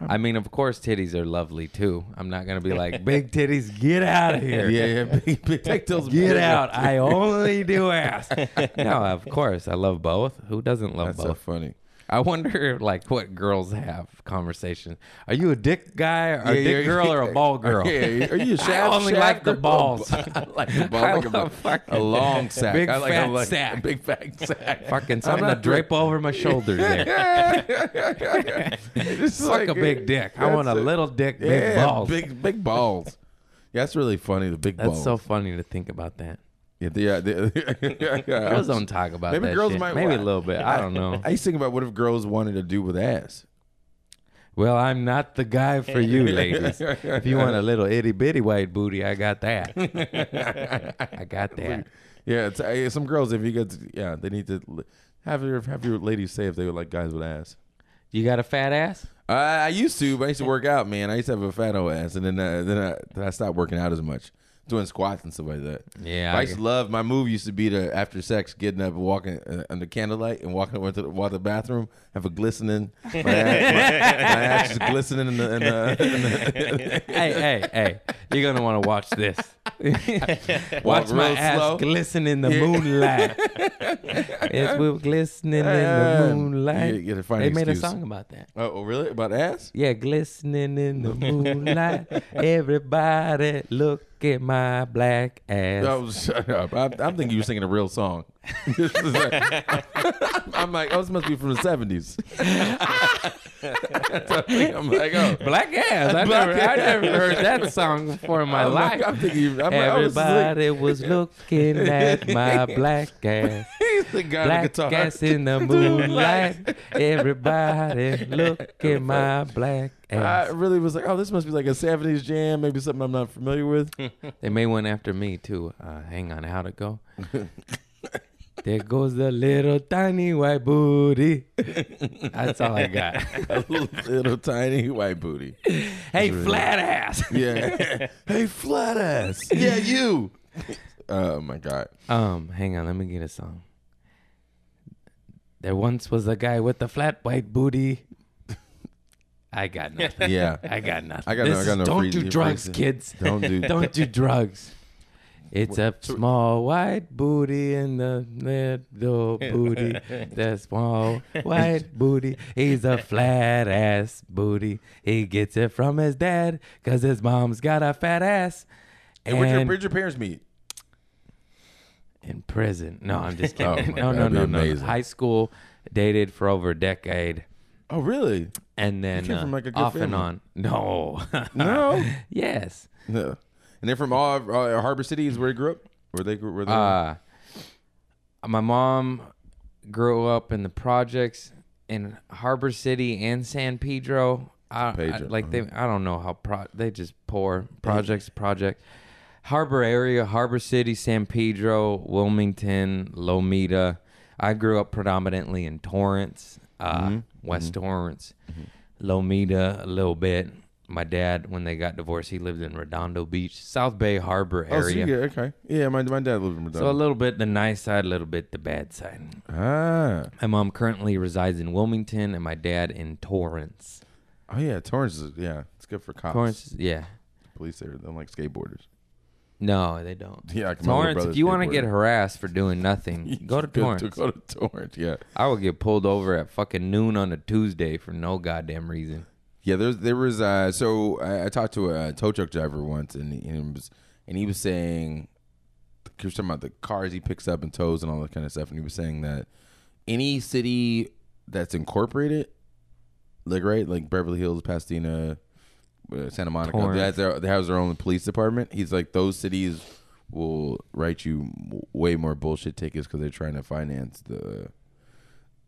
I mean, of course, titties are lovely too. I'm not gonna be like big titties, get out of here.
Yeah, yeah. Big, big, take those
Get
big-
out! I only do ass. no, of course, I love both. Who doesn't love
That's
both?
so funny.
I wonder, like, what girls have conversations. Are you a dick guy, or a
Yeah,
dick
yeah,
girl,
yeah.
or a ball girl?
Yeah, are you a shaft?
I only
shaft
like the
girl?
balls.
I like the balls.
I
I like a,
love fucking-
a long sack.
Big
I like
fat
a, like,
sack.
A big fat sack.
Fucking something
I'm
to
not
drape over my shoulders. There.
It's
Fuck a big dick. I want a
that's it.
little dick, big
yeah,
balls.
Big big balls. Yeah, that's really funny. The big
That's
balls.
so funny to think about that.
yeah, the- yeah, the- yeah, yeah.
Girls don't talk about
Maybe
that
girls
shit.
might
Maybe a
wa-
little bit. I don't know.
I used to think about what if girls wanted to do with ass.
Well, I'm not the guy for you, ladies. if you want a little itty bitty white booty, I got that. I got that.
Yeah, it's, uh, some girls if you get to- yeah they need to l- have your have your ladies say if they would like guys with ass.
You got a fat ass?
Uh, I used to, but I used to work out, man. I used to have a fat old ass, and then uh, then, I, then I stopped working out as much, doing squats and stuff like that.
Yeah,
But I,
I
used to love my move. Used to be to after sex, getting up and walking uh, under candlelight and walking over to the, walk to the bathroom, have a glistening, my ass, my, my ass is glistening in the, in the, in the
hey, hey, hey. You're gonna want to watch this. watch
Walk
my
real
ass
slow.
glisten in the
Yeah.
moonlight. it's we glistening in the
Um, Yeah.
moonlight.
You gotta find
they
an
made
excuse.
a song about that.
oh, oh, really about ass?
Yeah, glistening in the moonlight. Everybody look at my black ass.
Oh, shut up! I'm, I'm thinking you were singing a real song. I'm like, oh, this must be from the '70s. I'm like, oh.
Black ass. I
Black
never, I never heard that song before in my
I'm
life.
like, I'm thinking, you- I'm like, I was like,
Everybody was looking at my black ass.
he's the guy on the
Black
guitar.
ass in the moonlight. Everybody look at my black
I
ass.
really was like, oh, this must be like a '70s jam, maybe something I'm not familiar with.
They made one after me too. Uh, hang on, how'd it go? there goes the little tiny white booty. That's all I got.
a little tiny white booty.
hey, flat ass.
Yeah. hey, flat ass. Yeah, you. oh my god.
Um, hang on, let me get a song. There once was a guy with a flat white booty. I got nothing.
Yeah.
I got nothing.
I got no-
this
I
is-
got no
Don't
free-
do
free-
drugs, kids.
Don't do-
don't do drugs. It's a small white booty in the little booty. The small white booty. He's a flat ass booty. He gets it from his dad because his mom's got a fat ass.
And where'd your, where'd your parents meet?
in prison. No, I'm just
Oh,
kidding.
my
no,
God.
no,
That'd be
no, no, no.
amazing.
High school dated for over a decade,
Oh, really?
and then
came
uh,
from, like, a good
off and
family.
on. No,
No.
yes.
no. And they're from all uh, Harbor City is where he grew up. Where they grew. Where they. Oh,
Uh, my mom grew up in the projects in Harbor City and San Pedro. I, I-
Pedro, uh-huh.
like they, I don't know how pro. They just poor projects, to project. Harbor area, Harbor City, San Pedro, Wilmington, Lomita. I grew up predominantly in Torrance, uh,
Mm-hmm.
West Torrance, Lomita a little bit. My dad, when they got divorced, he lived in Redondo Beach, South Bay Harbor
oh, so you
area.
get- okay. Yeah, my, my dad lived in
So a
Redondo.
little bit the nice side, a little bit the bad side.
ah.
My mom currently resides in Wilmington, and my dad in Torrance.
Oh yeah, Torrance is yeah. It's good for cops.
Torrance, yeah.
Police there. They're like skateboarders.
No, they don't.
Yeah, like my little
Torrance.
brother's
If you want to
skateboarder.
get harassed for doing nothing, go to Torrance.
Go to Torrance. Yeah.
I would get pulled over at fucking noon on a Tuesday for no goddamn reason.
Yeah, there's there was uh so I, I talked to a tow truck driver once and he, and he was and he was saying he was talking about the cars he picks up and tows and all that kind of stuff and he was saying that any city that's incorporated like right like Beverly Hills, Pasadena, uh, Santa Monica
Torrance.
that their- that has their own police department. He's like those cities will write you m- way more bullshit tickets because they're trying to finance the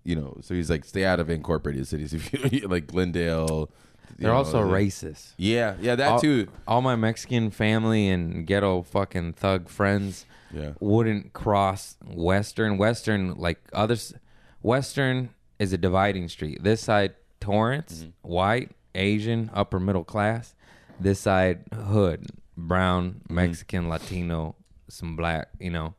you know, so he's like, stay out of incorporated cities if you like Glendale. you
They're
know,
also
the-
racist.
Yeah, yeah, that
All-
too.
All my Mexican family and ghetto fucking thug friends
Yeah.
wouldn't cross Western. Western, like others, Western is a dividing street. This side, Torrance, white, Asian, upper middle class. This side, hood, brown, Mexican, Latino, some black, you know.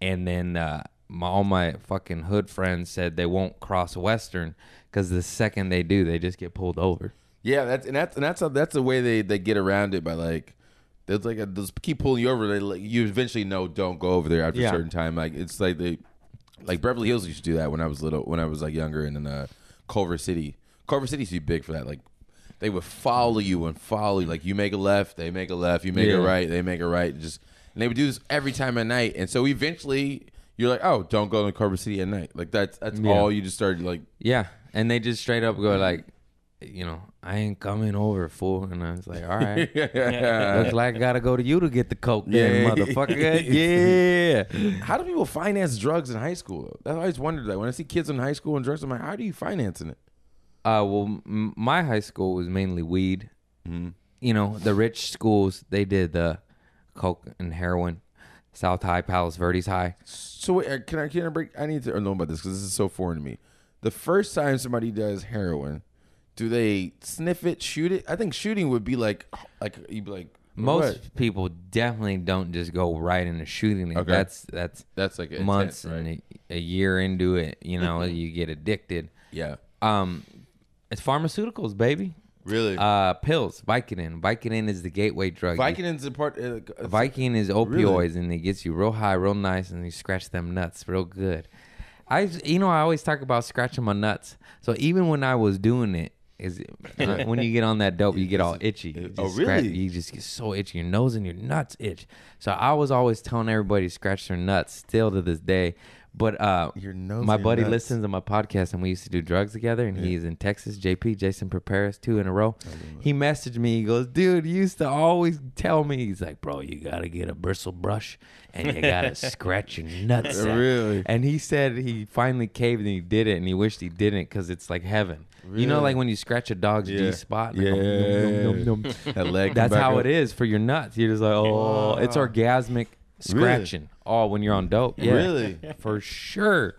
And then uh, my, all my fucking hood friends said they won't cross Western because the second they do, they just get pulled over.
Yeah, that's and that's and that's how that's the way they they get around it by like. There's like a, they'll just keep pulling you over. They like, you eventually know don't go over there after
Yeah.
a certain time. Like it's like they, like Beverly Hills used to do that when I was little, when I was like younger, and then uh, Culver City, Culver City used to be big for that. Like they would follow you and follow you. Like you make a left, they make a left. You make
Yeah.
a right, they make a right. and Just and they would do this every time at night. And so eventually you're like, oh, don't go to Culver City at night. Like that's that's all you just started like
Yeah, and they just straight up go like, you know, I ain't coming over, fool. And I was like, all right, looks like I gotta go to you to get the coke, then,
Yeah.
motherfucker. yeah.
How do people finance drugs in high school? Though? I always wondered that. When I see kids in high school and drugs, I'm like, how do you financing it?
Uh, well, m- my high school was mainly weed.
Mm-hmm.
You know, the rich schools they did the coke and heroin. South High, Palos Verdes High.
So wait, uh, can I can I break? I need to know about this because this is so foreign to me. The first time somebody does heroin, do they sniff it, shoot it? I think shooting would be like like you'd be like
Most
what?
people definitely don't just go right into shooting. it.
Okay.
That's that's
That's like intent,
months
right?
and a, a year into it. You know, you get addicted.
yeah,
Um, it's pharmaceuticals, baby.
really. Uh,
Uh, pills, Vicodin. Vicodin is the gateway drug.
Vicodin's a part. Uh, uh,
Vicodin is opioids,
Really?
and it gets you real high, real nice, and you scratch them nuts real good. I, you know, I always talk about scratching my nuts. So even when I was doing it, is uh, when you get on that dope, you get all itchy. You
oh,
just scratch-
really?
you just get so itchy. Your nose and your nuts itch. So I was always telling everybody to scratch their nuts. Still to this day. But uh,
Your nose
my
and your
buddy
nuts.
listens to my podcast, and we used to do drugs together. And he's in Texas. JP Jason prepares two in a row. He messaged me. He goes, "Dude, you used to always tell me." He's like, "Bro, you gotta get a bristle brush, and you gotta scratch your nuts." out."
Really?
And he said he finally caved and he did it, and he wished he didn't because it's like heaven. You know, like when you scratch a dog's G spot.
Yeah, that leg.
That's how it is for your nuts. You're just like, oh, it's orgasmic scratching. Oh, when you're on dope. Yeah.
Really?
For sure.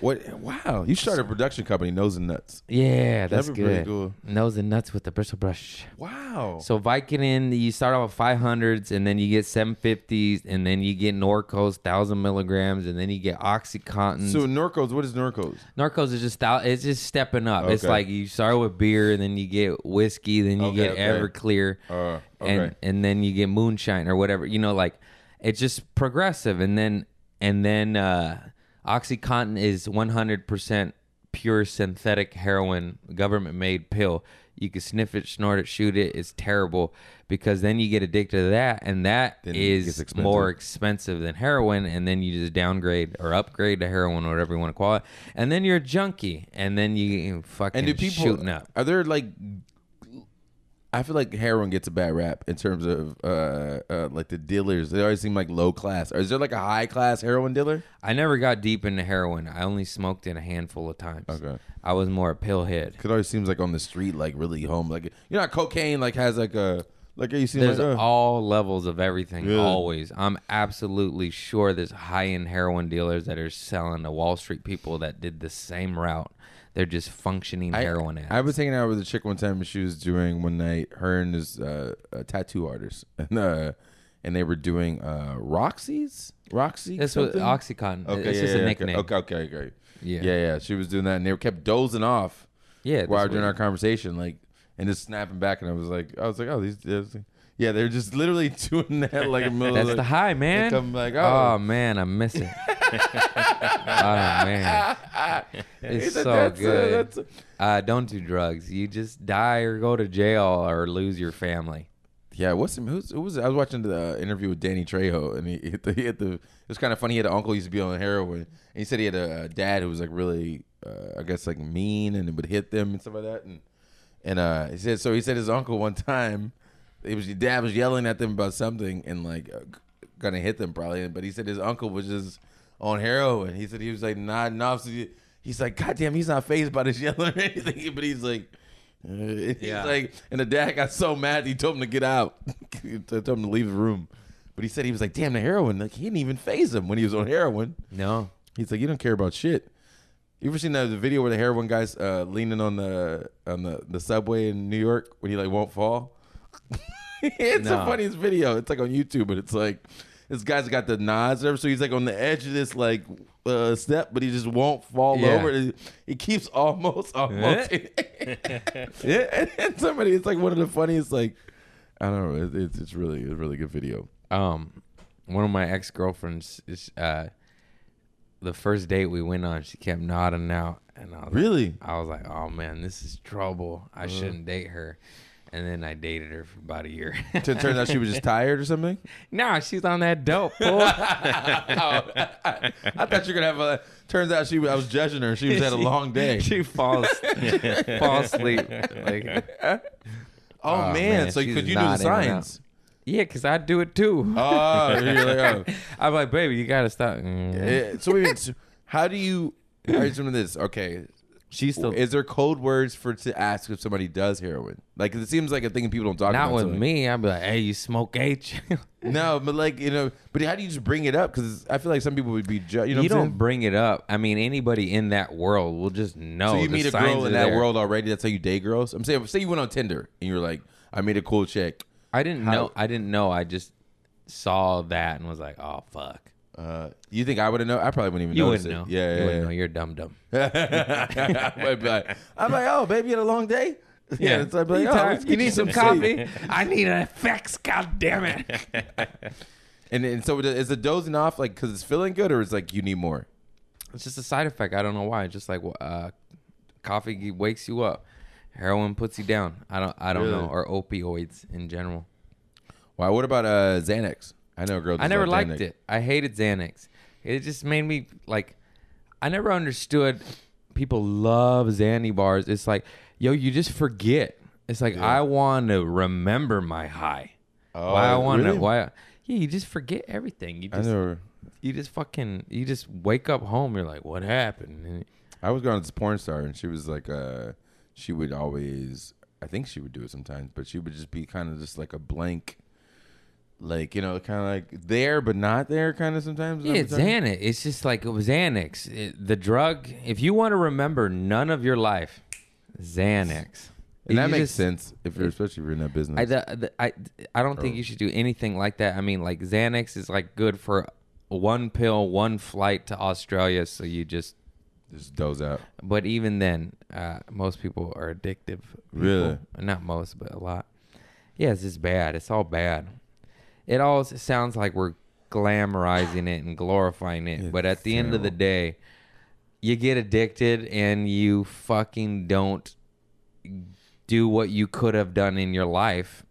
What? Wow, you started a production company, Nose and Nuts.
Yeah, that's
That'd be pretty
good.
cool.
Nose and nuts with the bristle brush.
Wow.
So Vicodin, you start off with 500s, and then you get 750s, and then you get Norcos, thousand milligrams, and then you get OxyContin.
So Norco's, what is Norco's?
Narcos is just thou- it's just stepping up. It's
Okay.
like you start with beer, and then you get whiskey, then you
Okay,
get
okay.
Everclear,
Uh,
and
okay.
and then you get moonshine or whatever. You know, like it's just progressive, and then and then uh, OxyContin is one hundred percent pure synthetic heroin, government made pill. You can sniff it, snort it, shoot it. It's terrible because then you get addicted to that, and that
Then it
is
gets expensive.
more expensive than heroin, and then you just downgrade or upgrade to heroin, or whatever you want to call it, and then you're a junkie, and then you fucking
And do people
shooting up.
Are there like? I feel like heroin gets a bad rap in terms of uh, uh like the dealers. They always seem like low class. Or is there like a high class heroin dealer?
I never got deep into heroin. I only smoked it a handful of times.
Okay.
I was more a pill head.
Cause it always seems like on the street, like really home. Like you know, how cocaine like has like a like you seem
There's
like. uh,
all levels of everything.
Really?
Always, I'm absolutely sure there's high end heroin dealers that are selling to Wall Street people that did the same route. They're just functioning
I-
heroin
oh. I,
addicts.
was hanging out with a chick one time, and she was doing one night. Her and this uh, a tattoo artist, and uh, and they were doing uh, Roxy's, Roxy.
That's what
something?
OxyContin.
Okay,
it's
yeah,
just
yeah,
a
okay,
nickname.
Okay, okay, okay.
Yeah.
Yeah. yeah, She was doing that, and they kept dozing off
Yeah,
while
that's
during
what-
our conversation, like and just snapping back. And I was like, I was like, oh, these. these- yeah, they're just literally doing that like a middle.
That's
of
the high, man.
come like,
oh.
oh.
man, I miss it. oh man, it's so
that's a-
good.
that's a-
uh, don't do drugs. You just die or go to jail or lose your family.
Yeah, what's him? Who's, who was it? I was watching the uh, interview with Danny Trejo, and he, he, had the, he had the. It was kind of funny. He had an uncle who used to be on heroin, and he said he had a, uh dad who was like really, uh, I guess, like mean and would hit them and stuff like that. And and uh, he said so. He said his uncle one time, it was dad was yelling at them about something and like uh, gonna hit them probably. But he said his uncle was just on heroin. He said he was like nodding off. So he- he's like, God damn, he's not phased by this yelling or anything. But he's like. Uh, he's
Yeah.
like, and the dad got so mad he told him to get out, he told him to leave the room. But he said he was like, "Damn, the heroin! Like he didn't even phase him when he was on heroin."
No,
He's like, "You don't care about shit." You ever seen that the video where the heroin guy's uh, leaning on the on the, the subway in New York when he like won't fall? it's
No.
the funniest video. It's like on YouTube, but it's like this guy's got the nods, or whatever, so he's like on the edge of this like uh, step, but he just won't fall
Yeah.
over. He, he keeps almost almost.
Eh?
yeah, and, and somebody, it's like one of the funniest. Like I don't know, it, it's it's really it's a really good video.
um, one of my ex girlfriends is uh, the first date we went on. She kept nodding out, and I was like,
Really? Uh.
I was like, oh man, this is trouble. I shouldn't date her. And then I dated her for about a year.
It turns out she was just tired or something.
nah, she's on that dope. Boy.
I thought you were gonna have a. Turns out she. I was judging her. She was had a long day.
she falls falls asleep. Like,
oh, man.
man,
So
she's
could you do the
not in and out.
signs?
yeah, cause I do it too.
Oh, you're like, oh.
I'm like, baby, you gotta stop. Mm.
Eh, so wait, a minute. So how do you? All right, some of this. Okay,
She's still
is there code words for to ask if somebody does heroin? Like 'cause it seems like a thing people don't talk about.
not with
so, like-
me. I'd be like, hey, you smoke H?
No, but like you know, but how do you just bring it up? Because I feel like some people would be ju- you know.
you
what I'm
don't
saying?
bring it up. I mean, anybody in that world will just know.
So you
The
meet a
signs
girl
are
in that
there.
world already. That's how you date girls. I'm saying, say you went on Tinder and you're like, I made a cool chick.
I didn't
How-
know. I didn't know. I just saw that and was like, oh fuck.
Uh, you think I would have known? I probably wouldn't even
You
notice
wouldn't know.
it. Yeah, yeah,
you wouldn't
yeah.
know. You're dumb dumb.
I might be like, I'm like, oh, baby, you had a long day. Yeah, it's like,
you,
oh,
tired?
let's
You
get
need some
sleep.
coffee. I need an effects. God damn it.
And, and so is the dozing off like because it's feeling good or it's like you need more?
It's just a side effect. I don't know why. It's just like uh, coffee ge- wakes you up, heroin puts you down. I don't. I don't
Really?
know. Or opioids in general.
Why? What about uh Xanax? I know a girl.
I
just
never
loved
liked
Xanax.
it. I hated Xanax. It just made me like I never understood people love Xanny bars. It's like, yo, you just forget. It's like I want to remember my high.
Oh,
why I want
really?
to why Yeah, you just forget everything. You
I
just
never.
you just fucking you just wake up home you're like, "What happened?" And-
I was going to this porn star and she was like, uh, she would always. I think she would do it sometimes, but she would just be kind of just like a blank. like you know, kind of like there but not there, kind of sometimes.
Yeah, it's Xanax. It's just like it was Xanax. It- the drug. If you want to remember none of your life, Xanax.
and that
You
makes
just-
sense if you're especially if you're in that business.
I, the, the, I, I don't think you should do anything like that. I mean, like Xanax is like good for one pill, one flight to Australia. So you just,
just doze out.
but even then, uh, most people are addictive. people.
Really?
Not most, but a lot. Yeah, it's just bad. It's all bad. It all s- sounds like we're glamorizing it and glorifying it, but at the end of the day, you get addicted and you fucking don't do what you could have done in your life.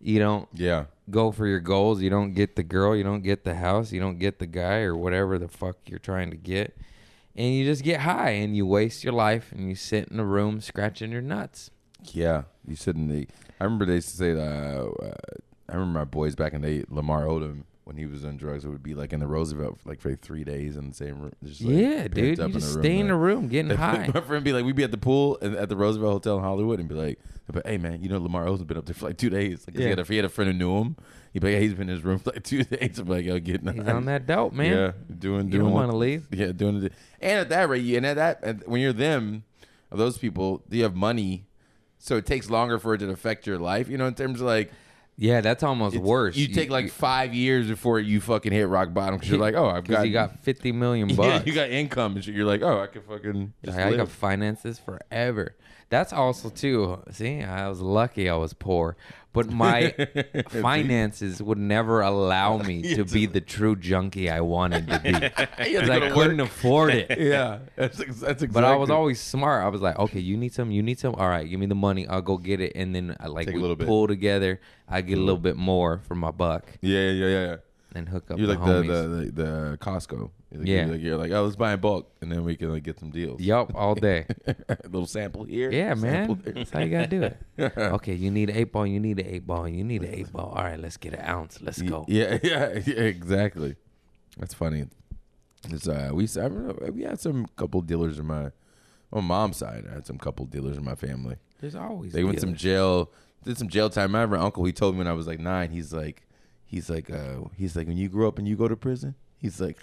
You don't
Yeah,
go for your goals. You don't get the girl. You don't get the house. You don't get the guy or whatever the fuck you're trying to get. And you just get high and you waste your life and you sit in a room scratching your nuts.
yeah. You sit in the. I remember they used to say. Uh, uh, I remember my boys back in the day, Lamar Odom. When he was on drugs, it would be like in the Roosevelt for like for like three days in the same room. Just like
yeah,
pent
dude.
up
You
in a
just
room,
stay in
like-
the room getting high.
My friend be like, we'd be at the pool and at the Roosevelt Hotel in Hollywood, and be like, "But hey, man, you know Lamar Odom's been up there for like two days. Like, 'cause
Yeah.
he, had a, he had a friend who knew him. He'd be like, yeah, he's been in his room for like two days. I'm like, yo, getting
He's on that dope, man.
Yeah, doing doing.
you don't
the-
want to leave.
Yeah, doing it. And at that rate, you- and at that, and when you're them, of those people, you have money, so it takes longer for it to affect your life. You know, in terms of like.
Yeah, that's almost
it's-
worse.
You take like five years before you fucking hit rock bottom because you're like, oh, I've
because
got,
you got fifty million
yeah,
bucks.
you got income and shit. You're like, oh, I could fucking just
Like, I
live.
could finance this forever. That's also too. See, I was lucky I was poor, but my finances would never allow me to be the true junkie I wanted to be because I couldn't afford it.
yeah, that's, ex- that's exactly.
But I was always smart. I was like, okay, you need some, you need some. All right, give me the money. I'll go get it, and then I like
Take a
we
little bit. Mm-hmm.
pull together. I get a little bit more for my buck
Yeah, yeah, yeah, yeah.
and hook up.
You're
the
like the
homies.
the, the the Costco. You're like,
Yeah.
You're like, you're like, oh, let's buy in bulk, and then we can like get some deals.
Yup, all day.
a little sample here.
Yeah,
sample
man.
there.
That's how you gotta do it. okay, you need an eight ball. You need an eight ball. You need an eight ball. All right, let's get an ounce. Let's go.
Yeah, yeah, yeah, exactly. That's funny. It's uh, we I remember we had some couple dealers in my on mom's side. I had some couple dealers in my family.
There's always
They went some jail, did some jail time. I remember my uncle. He told me when I was like nine. He's like, he's like, uh, he's like, when you grow up and you go to prison, he's like,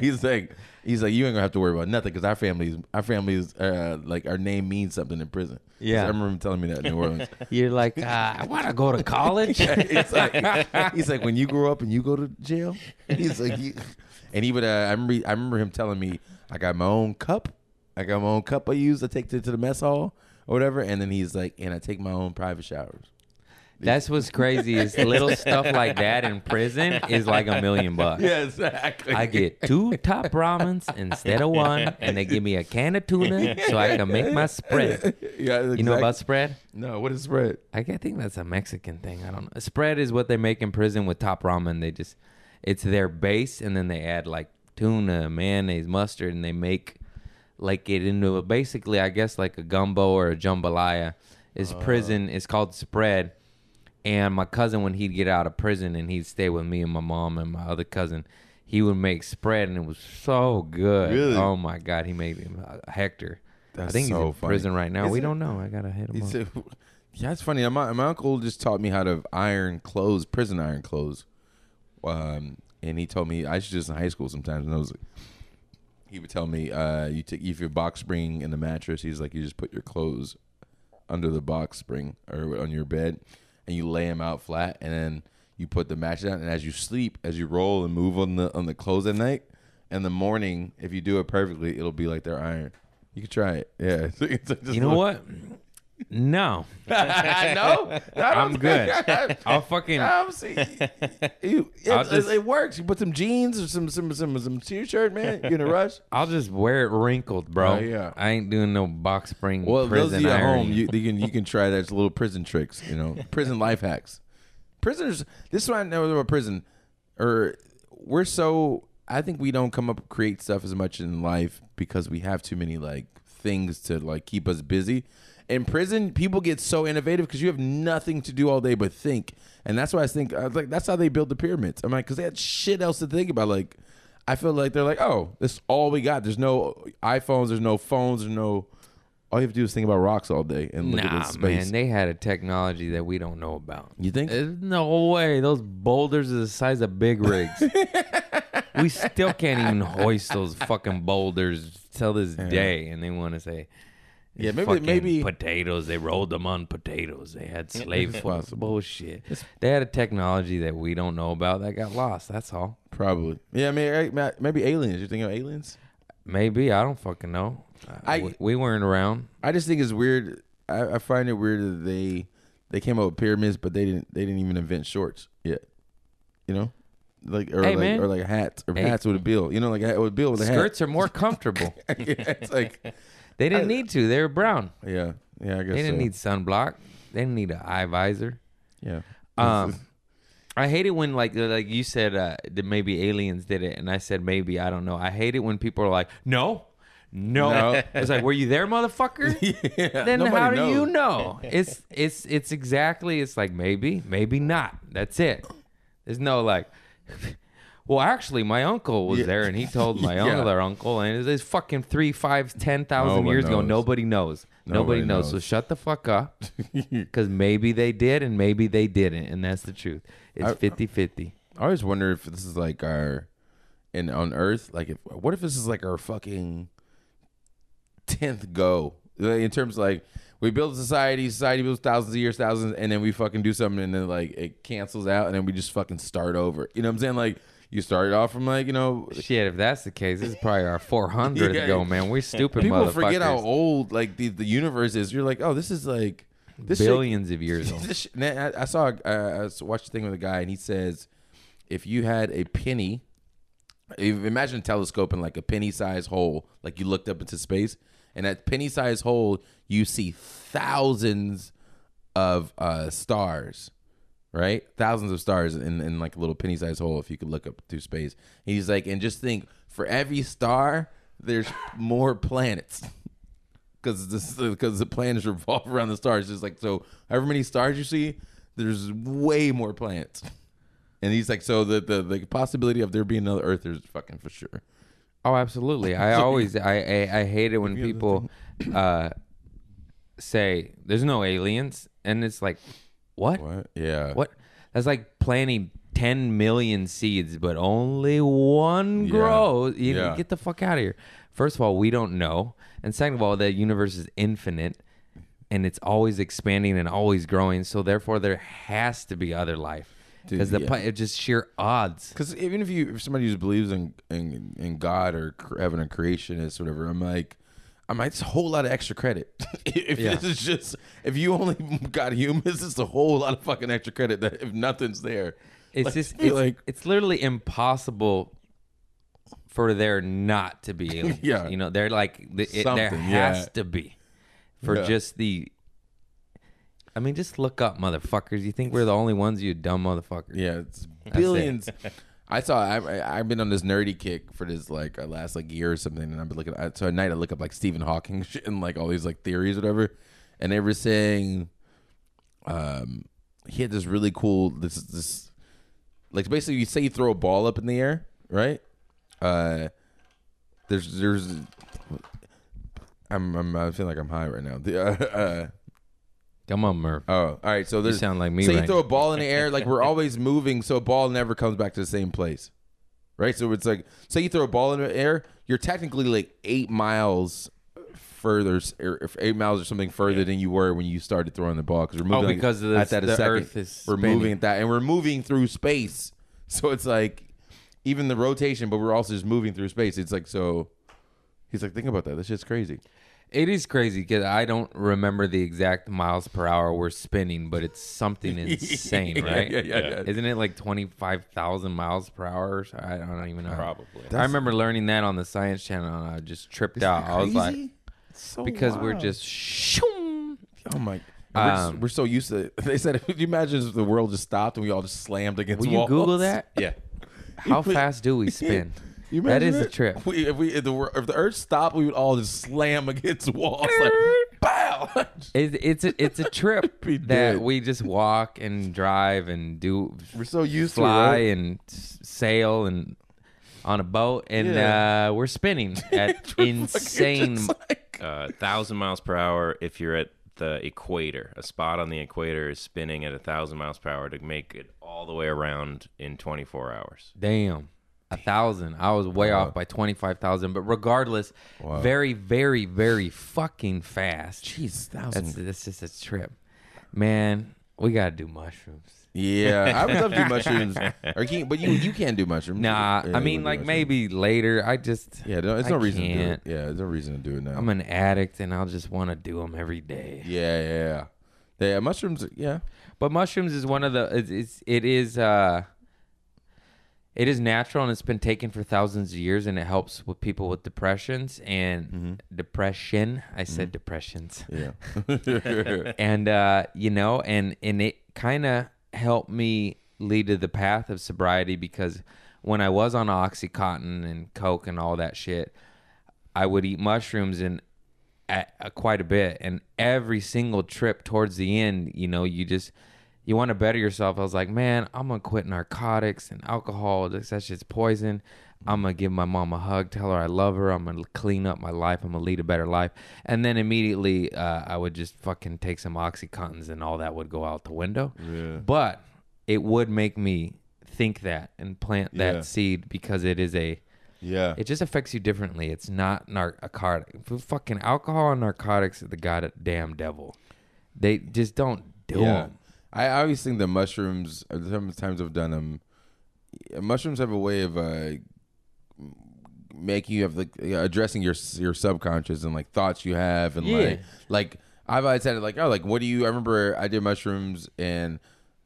he's like, he's like, you ain't gonna have to worry about nothing because our families, our families, uh, like our name means something in prison. 'Cause
Yeah.
I remember him telling me that in New Orleans.
You're like, uh, I want to go to college.
it's like, he's like, when you grow up and you go to jail, he's like, you, and he would. Uh, I remember, I remember him telling me, I got my own cup. I got my own cup I use. I take it to the mess hall or whatever, and then he's like, and I take my own private showers.
That's what's crazy is little stuff like that in prison is like a million bucks.
Yeah, exactly.
I get two top ramens instead of one, and they give me a can of tuna so I can make my spread.
yeah,
You know about spread?
no? What is spread?
I g- I think that's a Mexican thing. I don't know. Spread is what they make in prison with top ramen. They just, it's their base, and then they add like tuna, mayonnaise, mustard, and they make like it into a, basically, I guess, like a gumbo or a jambalaya. Is prison is called spread. And my cousin, when he'd get out of prison and he'd stay with me and my mom and my other cousin, he would make spread, and it was so good.
Really?
Oh my god, he made him uh, Hector. I
That's
think he's
so
in
funny.
prison right now.
Is
we
it-
don't know. I gotta hit him.
He
up.
said, "Yeah, it's funny. My, my uncle just taught me how to iron clothes, prison iron clothes, um, and he told me I should do this in high school sometimes." And I was like, he would tell me, uh, "You take if your box spring in the mattress, he's like, you just put your clothes under the box spring or on your bed, and you lay them out flat, and then you put the mattress down. And as you sleep, as you roll and move on the on the clothes at night." In the morning, if you do it perfectly, it'll be like they're iron. You could try it. Yeah.
You know what? No,
I know.
I'm good. I'll fucking.
I'm see- you- it,
I'll just-
it works. You put some jeans or some some some some t-shirt, man. You're in a rush.
I'll just wear it wrinkled, bro.
Oh, yeah.
I ain't doing no box spring
Well, those
prison
of you at
iron.
home, you, you can you can try that. It's little prison tricks, you know, prison life hacks. Prisoners. This is what I know about prison. Or we're so. I think we don't come up with create stuff as much in life because we have too many like things to like keep us busy. In prison, people get so innovative because you have nothing to do all day but think, and that's why I think I was like that's how they build the pyramids. I'm like because they had shit else to think about. Like I feel like they're like, oh, this is all we got. There's no iPhones. There's no phones. There's no all you have to do is think about rocks all day and look at
Nah,
the space.
man, they had a technology that we don't know about.
you think?
There's no way. Those boulders are the size of big rigs. we still can't even hoist those fucking boulders till this day, and they want to say,
Yeah,
it's
maybe-
fucking
maybe-
potatoes. They rolled them on potatoes. They had slave force
possible.
bullshit. They had a technology that we don't know about that got lost. That's all.
Probably. Yeah, I mean, eh, ma- maybe aliens. You think of aliens?
Maybe I don't fucking know. Uh,
I-
we, we weren't around.
I just think it's weird. I, I find it weird that they they came up with pyramids, but they didn't they didn't even invent shorts yet. You know, like or
Hey,
like
man.
or like hats or
Hey.
hats with a bill. You know, like a- with a bill with a
Skirts are more comfortable.
hat. yeah, it's like
They didn't need to. They were brown.
yeah, yeah. I guess
They didn't
so.
need sunblock. They didn't need an eye visor.
yeah.
Um, I hate it when like like you said uh, that maybe aliens did it, and I said maybe I don't know. I hate it when people are like, no, no.
No.
It's like, were you there, motherfucker? Then
nobody
how do you
knows.
know? It's it's it's exactly. It's like maybe, maybe not. That's it. There's no like. Well, actually, my uncle was there, and he told my
Yeah.
other uncle, and it's- it's fucking three, five, ten thousand
Nobody
years ago.
knows.
Nobody knows. Nobody,
Nobody
knows. So
knows.
shut the fuck up. Because maybe they did and maybe they didn't. And that's the truth. It's
I-
50 50.
I always wonder if this is like our and on Earth, like if what if this is like our fucking tenth go Like, in terms of like we build a society, society builds thousands of years, thousands, and then we fucking do something, and then like it cancels out, and then we just fucking start over. You know what I'm saying? Like you started off from like you know
Shit, if that's the case, this is probably our 400th
Yeah.
go, man. We're stupid
people
motherfuckers.
forget how old like the the universe is. You're like, oh, this is like this shit-
billions of years old.
This sh- man, I, I saw. a- Uh, I s- watched a thing with a guy, and he says, if you had a penny, if- imagine a telescope in like a penny-sized hole, like you looked up into space, and that penny-sized hole, you see thousands of uh, stars, right? Thousands of stars in, in like a little penny-sized hole. If you could look up through space, and he's like, and just think, for every star, there's more planets because this because the planets revolve around the stars. Just like so, however many stars you see, there's way more planets. And he's like, so the the, the possibility of there being another Earth is fucking for sure.
Oh, absolutely. I always, I, I, I hate it when people uh, say there's no aliens. And it's like, what?
What? Yeah.
What? That's like planting 10 million seeds, but only one
Yeah.
grows. You
Yeah.
Get the fuck out of here. First of all, we don't know. And second of all, the universe is infinite and it's always expanding and always growing. So therefore, there has to be other life. Because the
yeah.
pla- it's just sheer odds.
Because even if you if somebody who believes in in, in God or cr- having a creationist or whatever, I'm like. I'm like, it's a whole lot of extra credit. if
Yeah.
this is just, if you only got humans, it's a whole lot of fucking extra credit that if nothing's there.
It's
Like,
just
you're
it's, it's literally impossible for there not to be aliens.
Yeah.
you know, they're like the, it, there
Something,
has
yeah.
to be for
Yeah.
just the. I mean, just look up, motherfuckers. You think we're the only ones, you dumb motherfucker?
Yeah, it's billions. I saw. I, I, I've been on this nerdy kick for this like uh, last like year or something, and I've been looking. I, so at night I look up like Stephen Hawking shit and like all these like theories, whatever. And they were saying, um, he had this really cool this this like basically you say you throw a ball up in the air, right? Uh, there's there's I'm I'm I feel like I'm high right now. The, uh, uh,
Come on, Murph.
oh, all right. So
You
there's
sound like me
so
right
you throw a ball in the air, like we're always moving, so a ball never comes back to the same place, right? So it's like, say you throw a ball in the air, you're technically like eight miles further, or if eight miles or something further than you were when you started throwing the ball because we're moving like,
Oh, because of the-
at that a
the
second.
Earth is
we're
spinning.
moving at that, and we're moving through space, so it's like even the rotation, but we're also just moving through space. It's like so. He's like, think about that. This shit's crazy.
It is crazy because I don't remember the exact miles per hour we're spinning, but it's something insane, right?
yeah, yeah, yeah.
Isn't it like twenty five thousand miles per hour? Or so? I don't even know.
Probably.
I remember learning that on the Science Channel, and I just tripped out. I was like,
It's so
because we're
wild.
just shoom.
Oh my! We're, just-
Um,
we're so used to. They said, "Could you imagine if the world just stopped and we all just slammed against
Will you
walls?"
Google that?
Yeah.
How fast do we spin?
You
that
imagine
is a trip.
We, if we if the wor- if the Earth stopped, we would all just slam against walls. Like, bow.
It's it's a, it's a trip
Be
that
dead.
we just walk and drive and do
We're so used to it,
fly
right?
and s- sail and on a boat and
Yeah.
uh, we're spinning at
We're fucking
insane
just
like
like-
uh, thousand miles per hour if you're at the equator. A spot on the equator is spinning at a thousand miles per hour to make it all the way around in 24 hours.
Damn. A thousand. I was way off by 25,000. But regardless, very, very, very fucking fast.
Jeez,
That's,
thousand.
that's just a trip. Man, we got to do mushrooms.
Yeah, I would love to do mushrooms. Or can, but you you can do mushrooms.
Nah,
Yeah,
I
we
mean,
do
like
mushrooms.
maybe later. I just,
Yeah, no, there's
I
no reason to do it.
can't.
Yeah, there's no reason to do it now.
I'm an addict and I'll just want to do them every day.
yeah, yeah, yeah. Yeah, mushrooms. Yeah,
But mushrooms is one of the it's, it's it is uh it is natural and it's been taken for thousands of years and it helps with people with depressions and depression. I said depressions.
yeah.
And uh you know and and it kind of helped me lead to the path of sobriety because when I was on oxycontin and coke and all that shit I would eat mushrooms and at, uh, quite a bit. And every single trip towards the end, you know, you just you want to better yourself. I was like, man, I'm gonna quit narcotics and alcohol. This- That shit's poison. I'm gonna give my mom a hug, tell her I love her. I'm gonna clean up my life. I'm gonna lead a better life. And then immediately, uh, I would just fucking take some oxycontins, and all that would go out the window. But it would make me think that and plant that
Yeah.
seed because it is a
yeah.
it just affects you differently. It's not narcotic. F- Fucking alcohol and narcotics are the goddamn devil. They just don't do
yeah.
them.
I always think the mushrooms. uh, Sometimes I've done them. Mushrooms have a way of uh, making you have like yeah, addressing your your subconscious and like thoughts you have and like
Yeah.
like I've always had it like oh like what do you I remember I did mushrooms and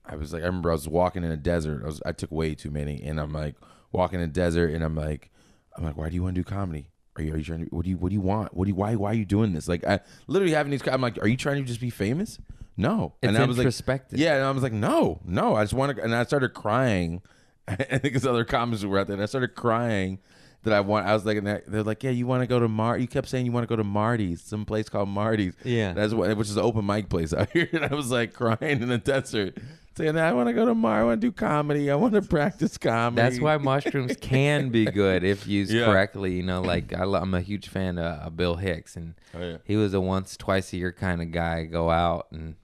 I was like I remember I was walking in a desert I was I took way too many and I'm like walking in a desert and I'm like I'm like why do you want to do comedy are you, are you trying to what do you what do you want what do you why why are you doing this like I literally having these I'm like are you trying to just be famous no
It's
and I was
introspective.
like yeah and I was like no no I just want to and I started crying I think his other comments were out there, and I started crying that I want. I was like, and I- they're like, yeah, you want to go to Mar? You kept saying you want to go to Marty's, some place called Marty's.
Yeah.
that's what, which is an open mic place out here. And I was like crying in the desert, saying, I want to go to Mar. I want to do comedy. I want to practice comedy.
That's why mushrooms can be good if used
Yeah.
correctly. You know, like I, lo- I'm a huge fan of, of Bill Hicks, and
Oh, yeah.
he was a once, twice a year kind of guy. Go out and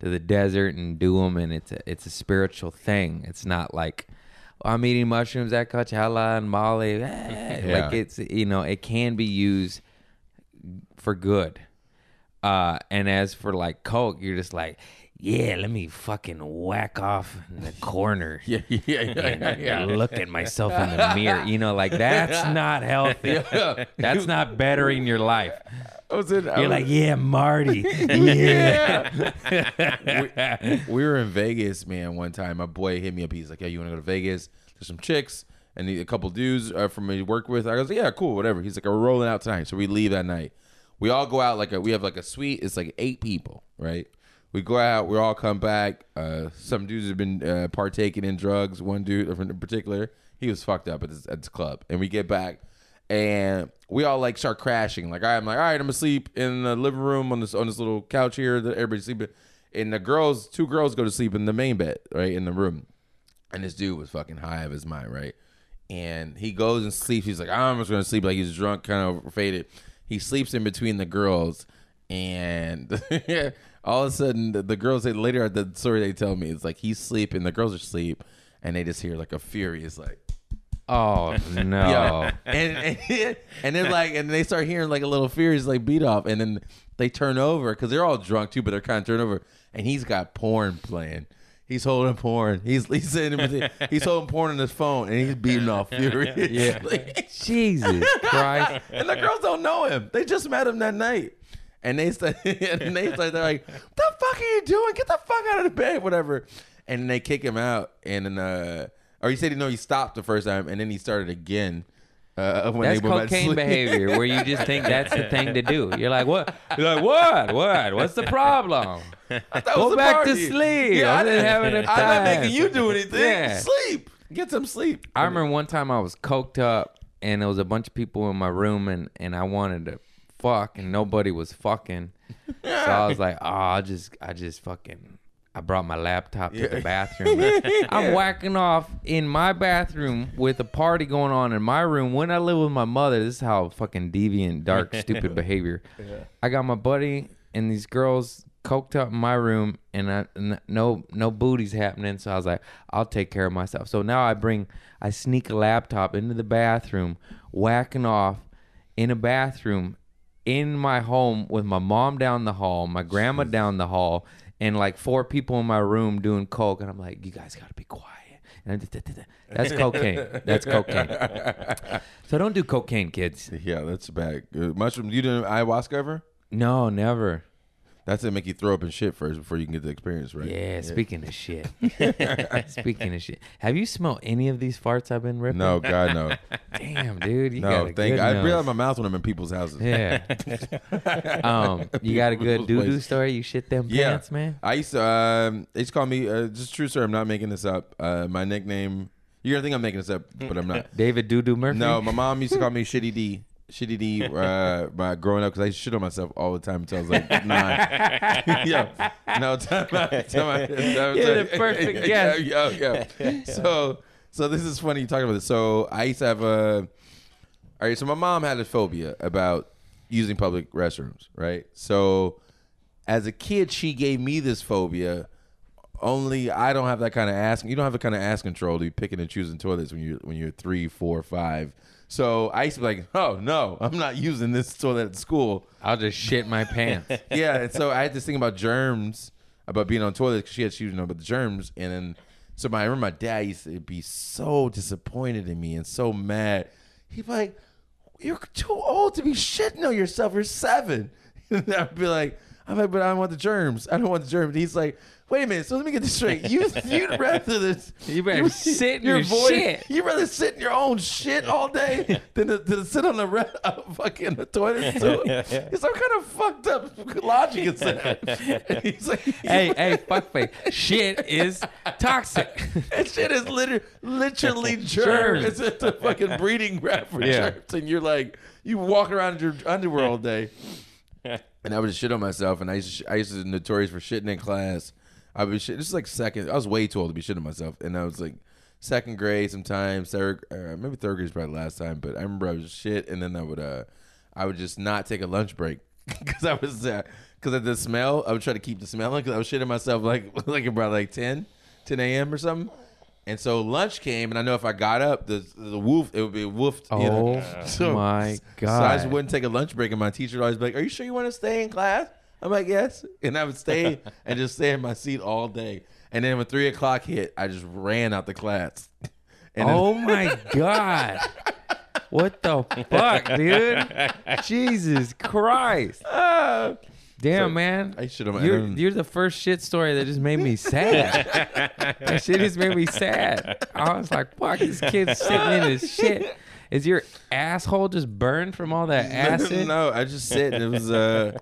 to the desert and do them, and it's a, it's a spiritual thing. It's not like "Oh, I'm eating mushrooms at Coachella and Molly.
Yeah.
Like it's you know, it can be used for good. Uh, and as for like coke, you're just like, yeah, let me fucking whack off in the corner
Yeah, yeah, yeah, yeah,
and
yeah.
look at myself in the mirror. You know, like that's not healthy. That's not bettering your life.
I was in. I
You're
was-
like, yeah, Marty. Yeah.
we were in Vegas, man. One time, my boy hit me up. He's like, "Yeah, you want to go to Vegas? There's some chicks and a couple dudes uh, from me work with." I goes, "Yeah, cool, whatever." He's like, "We're rolling out tonight." So we leave that night. We all go out like a, we have like a suite. It's like eight people, right? We go out. We all come back. Uh, some dudes have been uh, partaking in drugs. One dude in particular, he was fucked up at this, at this club. And we get back and we all like start crashing. Like I'm like, all right, I'm gonna sleep in the living room on this on this little couch here that everybody's sleeping. And the girls, two girls, go to sleep in the main bed, right in the room. And this dude was fucking high of his mind, right? And he goes and sleeps. He's like, I'm just gonna sleep. Like he's drunk, kind of faded. He sleeps in between the girls, and all of a sudden, the, the girls. They, later, the story they tell me is like he's sleeping. The girls are asleep, and they just hear like a furious like.
Oh no.
Yeah. and, and and then like and they start hearing like a little furious like beat off and then they turn over because they're all drunk too, but they're kind of turned over and he's got porn playing. He's holding porn. He's he's sitting in- he's holding porn on his phone and he's beating off furious.
Yeah. Jesus Christ.
and the girls don't know him. They just met him that night. And they start, and they start, they're like, "What the fuck are you doing? Get the fuck out of the bed, whatever." And they kick him out. And then, uh, or he said, "No, he stopped the first time, and then he started again." Uh, when
That's
they went back to
cocaine
sleep.
behavior where you just think that's the thing to do. You're like, what? You're like, what? What? What's the problem?
That
Go
was the
back to
party.
sleep.
Yeah,
I'm
I
just
didn't
having a
I'm not
time.
making you do anything.
Yeah.
Sleep. Get some sleep.
I remember one time I was coked up and there was a bunch of people in my room and, and I wanted to "Ah, fuck and nobody was fucking. So I was like, oh, I just I just fucking I brought my laptop to the bathroom. I'm whacking off in my bathroom with a party going on in my room when I live with my mother. This is how fucking deviant, dark, stupid behavior. I got my buddy and these girls coked up in my room, and I n- no no booties happening. So I was like, I'll take care of myself. So now I bring I sneak a laptop into the bathroom, whacking off in a bathroom in my home with my mom down the hall, my grandma down the hall, and like four people in my room doing coke. And I'm like, you guys gotta be quiet. And da- da- da- da. that's cocaine. That's cocaine. So don't do cocaine, kids.
Yeah, that's bad. Uh, Mushroom, you didn't ayahuasca ever?
No, never.
That's it. Make you throw up and shit first before you can get the experience, right?
Yeah, speaking of shit. speaking of shit. Have you smelled any of these farts I've been ripping?
No, God, no,
Damn, dude. You got
no.
a
Thank.
good
I
nose.
breathe out my mouth when I'm in people's houses.
Yeah. um, you got a good
People's
doo doo
places.
story? You shit them
Yeah.
pants, man?
I used to. Um, they used to call me. Uh, just true, sir. I'm not making this up. Uh, my nickname. You're gonna think I'm making this up, but I'm not.
David Doo Doo Murphy?
No, my mom used to call me Shitty D. Shitty D. Uh, by growing up, because I used to shit on myself all the time until I was like nine. yo, no, time out, time out, time out.
You're the perfect
Yeah,
guest.
Yo, yo, So, so this is funny you talking about this. So I used to have a. All right, so my mom had a phobia about using public restrooms, right? So, as a kid, she gave me this phobia. Only I don't have that kind of ass. You don't have the kind of ass control to be picking and choosing toilets when you're when you're three, four, five. So I used to be like, oh no, I'm not using this toilet at school.
I'll just shit my pants.
yeah, and so I had this thing about germs, about being on toilet because she had she was know about the germs, and then so my I remember my dad used to be so disappointed in me and so mad. He'd be like, "You're too old to be shitting on yourself. You're seven. And I'd be like, "I'm like, but I don't want the germs. I don't want the germs." And he's like, "Wait a minute. So let me get this straight. You you'd rather this
You better sit in your shit.
You'd rather sit in your own shit all day than to, than to sit on the re- uh, fucking toilet stool. It's some kind of fucked up logic is that? And he's like,
hey, hey, fuckface. Shit is toxic.
that shit is literally literally germs. It's just a fucking breeding ground for
Yeah.
germs, and you're like you walk around in your underwear all day. and I would just shit on myself, and I used to, sh- I used to be notorious for shitting in class. I was shit. This is like second. I was way too old to be shitting myself, and I was like second grade sometimes, third, uh, maybe third grade is probably the last time. But I remember I was shit, and then I would uh, I would just not take a lunch break because I was because of the smell. I would try to keep the smell because I was shitting myself like like about like 10, 10 a.m. or something. And so lunch came, and I know if I got up, the the woof it would be woofed. you know?
Oh my
So I just
God.
wouldn't take a lunch break, and my teacher would always be like, "Are you sure you want to stay in class?" I'm like, "Yes," and I would stay and just stay in my seat all day. And then when three o'clock hit, I just ran out the class. And then-
Oh my god. What the fuck, dude? Jesus Christ.
Ah.
Damn, man.
I should've- I
You're,
don't-
you're the first shit story that just made me sad. that shit just made me sad. I was like, fuck, this kid's sitting in his shit. Is your asshole just burned from all that acid?
no, I just sit and it was uh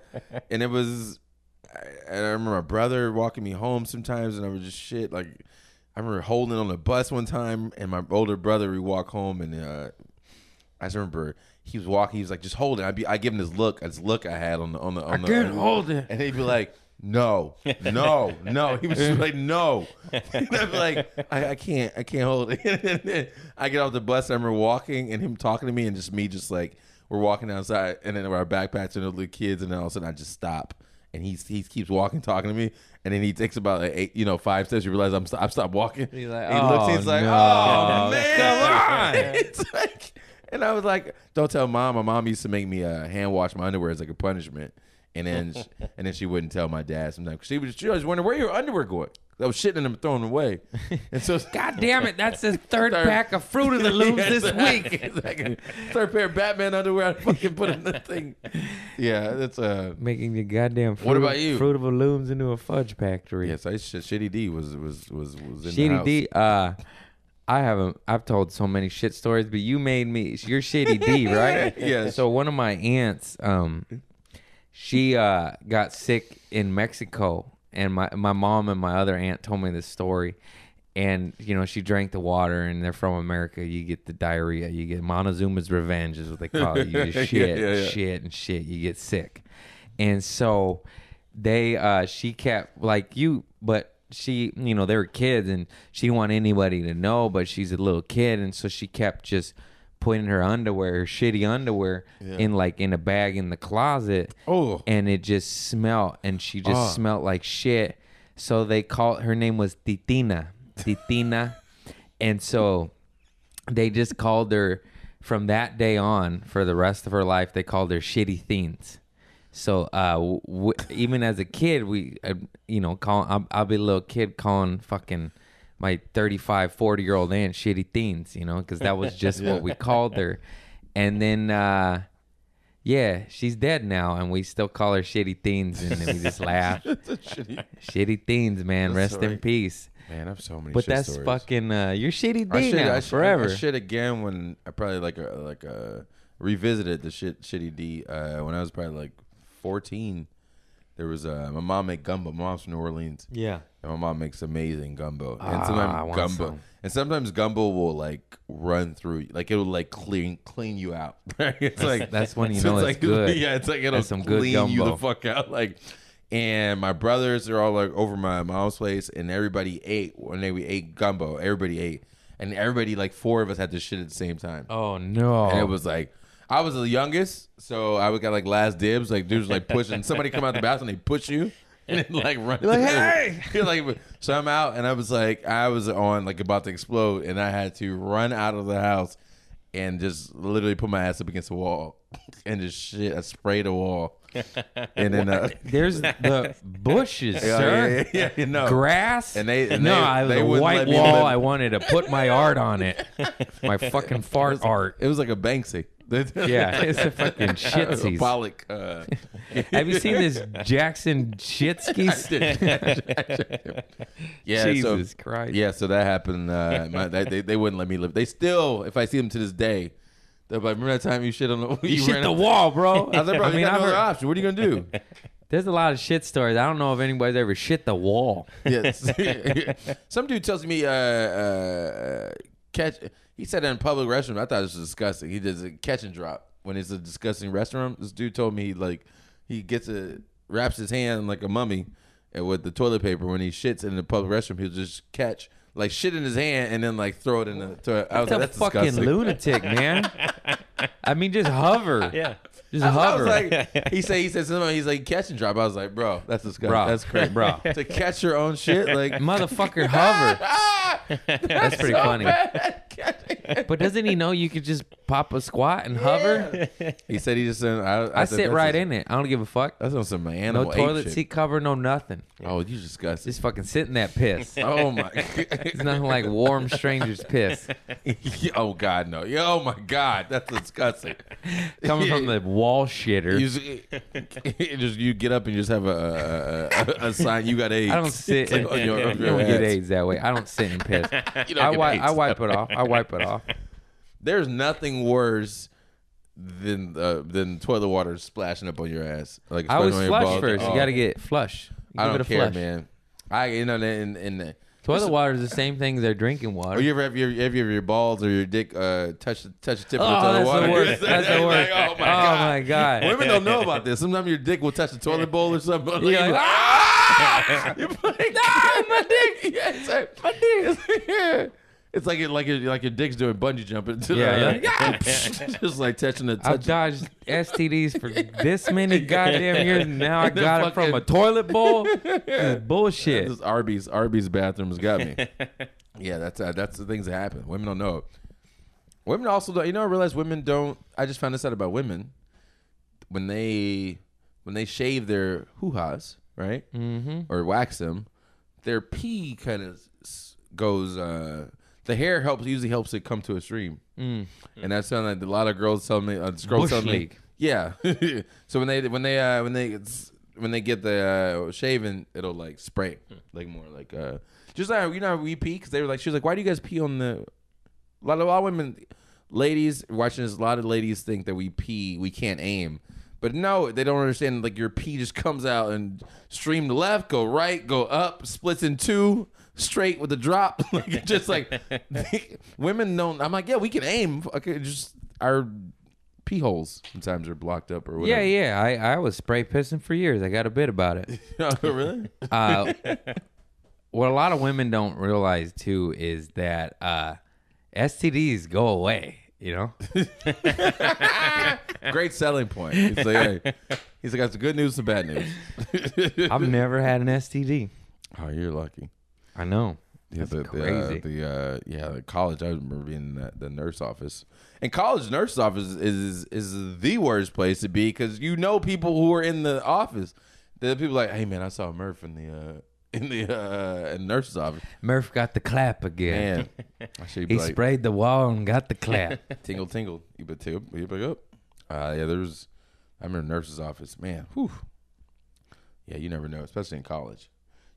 and it was I, I remember my brother walking me home sometimes and I was just shit like I remember holding on the bus one time and my older brother we walk home and uh I just remember he was walking he was like just hold it. I'd be I give him this look, this look I had on the on the on the
couldn't hold it.
and he'd be like, "No, no, no." He was just like, "No," and I'm like, I, "I can't, I can't hold it." And then I get off the bus. I remember walking and him talking to me, and just me, just like we're walking outside, and then our backpacks and the little kids, and then all of a sudden I just stop. And he's, he keeps walking, talking to me, and then he takes about like eight, you know, five steps. You realize I'm st- I've stopped walking.
He's like,
he looks,
"Oh,
he's like,
no.
oh man,
Come on."
it's like, and I was like, "Don't tell mom." My mom used to make me uh, hand wash my underwear as like a punishment, and then sh- and then she wouldn't tell my dad sometimes. She was she always wondering where your underwear going. I was shitting in them, throwing them away, and so
God damn it, that's the third
Third.
pack of Fruit of the Looms
Yeah,
this
exactly,
week.
exactly. Third pair of Batman underwear, I fucking put in the thing. Yeah, that's uh.
Making the goddamn fruit,
about you?
fruit of the Looms into a fudge factory.
Yes, I sh- shitty D was was was was in the
Shitty
house.
D, uh, I haven't. I've told so many shit stories, but you made me. You're Shitty D, right?
Yes.
So one of my aunts, um, she uh got sick in Mexico, and my my mom and my other aunt told me this story, and you know she drank the water, and they're from America. You get the diarrhea. You get Montezuma's revenge is what they call it. You just
Yeah,
shit,
yeah, yeah.
shit, and shit. You get sick, and so they uh she kept like you, but she, you know, they were kids and she didn't want anybody to know, but she's a little kid. And so she kept just putting her underwear, her shitty underwear, in like in a bag in the closet.
Oh.
And it just smelled. And she just smelled like shit. So they called her name was Titina. Titina. and so they just called her from that day on for the rest of her life they called her shitty things so uh w- w- even as a kid we uh, you know call I'll, I'll be a little kid calling fucking my 35 40 year old aunt shitty things you know because that was just what we called her and then uh yeah, she's dead now, and we still call her Shitty Things, and then we just laugh. shitty Things, man. Rest in
right.
peace.
Man, I have so many.
But
shit
that's
stories.
fucking uh, you're Shitty
I
D
should,
now
I should,
forever.
I should again when I probably like a, like a revisited the shit shitty D uh, when I was probably like fourteen. There was uh, my mom made gumbo. My mom's from New Orleans.
yeah.
And my mom makes amazing gumbo.
Ah,
And
I
sometimes
want
gumbo
some.
and sometimes gumbo will like run through like it'll like clean clean you out. Right? It's like
that's when you
it's
know it's
like,
good.
Yeah, it's like it'll
That's some good
clean you
gumbo.
the fuck out. Like and my brothers are all like over my mom's place and everybody ate one day we ate gumbo. Everybody ate. And everybody like four of us had to shit at the same time.
Oh no.
And it was like I was the youngest, so I would got like last dibs. Like dudes like pushing somebody come out the bathroom, they push you. And then, like run
You're like,
through.
"Hey!"
You're like so I'm out and I was like I was on like about to explode and I had to run out of the house and just literally put my ass up against the wall and just shit I sprayed the wall and then uh,
There's the bushes,
yeah,
sir.
yeah, yeah, yeah, no.
Grass.
And they- and
no,
they-
I was
they
a
wouldn't
white
let me
wall.
live.
I wanted to put my art on it. My fucking fart art.
it was like a Banksy
Yeah, it's a fucking
a
shitsies.
Pollock uh,
Have you seen this Jackson Shitskis?
yeah so,
Jesus Christ.
Yeah, so that happened. Uh, my, that, they, they wouldn't let me live. They still, if I see them to this day, they're like, "Remember that time you shit on the
You, shit
ran
the
up-"
wall, bro.
I was like, "Bro, you got
I've
no other
heard-
option. What are you gonna do?"
there's a lot of shit stories. I don't know if anybody's ever shit the wall.
yes. Some dude tells me, uh, uh, "Catch." He said that in a public restroom. I thought it was disgusting. He does a catch and drop when it's a disgusting restroom. This dude told me like he gets a wraps his hand like a mummy and with the toilet paper when he shits in the public restroom. He'll just catch. Like shit in his hand and then like throw it in the toilet. I was
That's a
like, that's
fucking
disgusting.
lunatic, man. I mean, just hover.
Yeah.
Just
I
hover.
was like, he said, he said something. He's like catch and drop. I was like, bro, that's disgusting.
Bro,
that's crazy,
bro.
To catch your own shit, like
Motherfucker, hover.
ah,
That's pretty funny. But doesn't he know you could just pop a squat and hover?
he said he just said, I,
I sit right in it. I don't give a fuck.
That's on some
No
animal. ape
toilet
shit.
seat cover, no nothing.
Oh, you disgusting.
Just fucking sit in that piss.
Oh my.
It's nothing like warm strangers' piss
oh God, no. Yeah, Oh my God, that's disgusting.
coming from the wall shitter.
You just, you just- you get up and you just have a a, a, a sign you got AIDS.
I don't sit. In,
on your- on
you
your
don't get
ass.
AIDS that way. I don't sit in piss.
You don't
I,
get
wi-
AIDS.
I wipe it off. I wipe it off.
There's nothing worse than uh, than toilet water splashing up on your ass. Like
I always
especially on your
flush
balls.
first.
Oh,
You got to get flush.
I
Give it
don't
a
care,
flush.
man. I you know and and. and
Toilet water is the same thing as their drinking water.
or you ever have your have your, your balls or your dick uh, touch touch the tip
oh,
of the toilet
that's
water?
the worst. That's the worst.
Like, oh my
oh
god!
my god.
Women don't know about this. Sometimes your dick will touch the toilet bowl or something. Like,
You're like,
ah! You're like, ah, my dick. Yeah, it's like, my dick. Yeah. It's like it, like it, like your dick's doing bungee jumping. To
Yeah,
the,
yeah.
like, ah, just like touching the
I've
touch.
dodged STDs for this many goddamn years, and now I
The
got it from a
fucking-
toilet bowl. This is bullshit.
This Arby's Arby's bathrooms got me. yeah, that's uh, that's the things that happen. Women don't know. Women also don't. You know, I realize women don't. I just found this out about women when they when they shave their hoo ha's, right, mm-hmm. or wax them, their pee kind of goes. uh The hair helps usually helps it come to a stream, mm. and that's something that a lot of girls tell me. Uh, this girl
Bush
told me-
league.
yeah. so when they when they uh, when they when they get the uh, shaving, it'll like spray like more like uh just like you know how we pee because they were like she was like why do you guys pee on the a lot of, a lot of women ladies watching this a lot of ladies think that we pee we can't aim but no they don't understand like your pee just comes out and stream to left go right go up splits in two straight with a drop like it's just like women don't i'm like yeah we can aim okay just our pee holes sometimes are blocked up or
Yeah,
whatever
yeah.
Oh,
I, I was spray pissing for years. I got a bit about it.
yeah really
Uh, what a lot of women don't realize too is that uh, STDs go away. You know,
Great selling point. He's like, hey. he's like, that's good news and bad news.
I've never had an STD.
oh, you're lucky.
I know.
Yeah, the,
crazy.
The, uh, the uh, yeah, the college. I remember being in the, the nurse office, and college nurse office is is, the worst place to be because you know people who are in the office. The people like, hey man, I saw Murph in the uh, in the uh, nurse's office.
Murph got the clap again.
Man, I should be
He
like
sprayed the wall and got the clap.
tingle tingle. You but too, you pick up. Uh, yeah, there was. I remember nurse's office. Man, whew. Yeah, you never know, especially in college.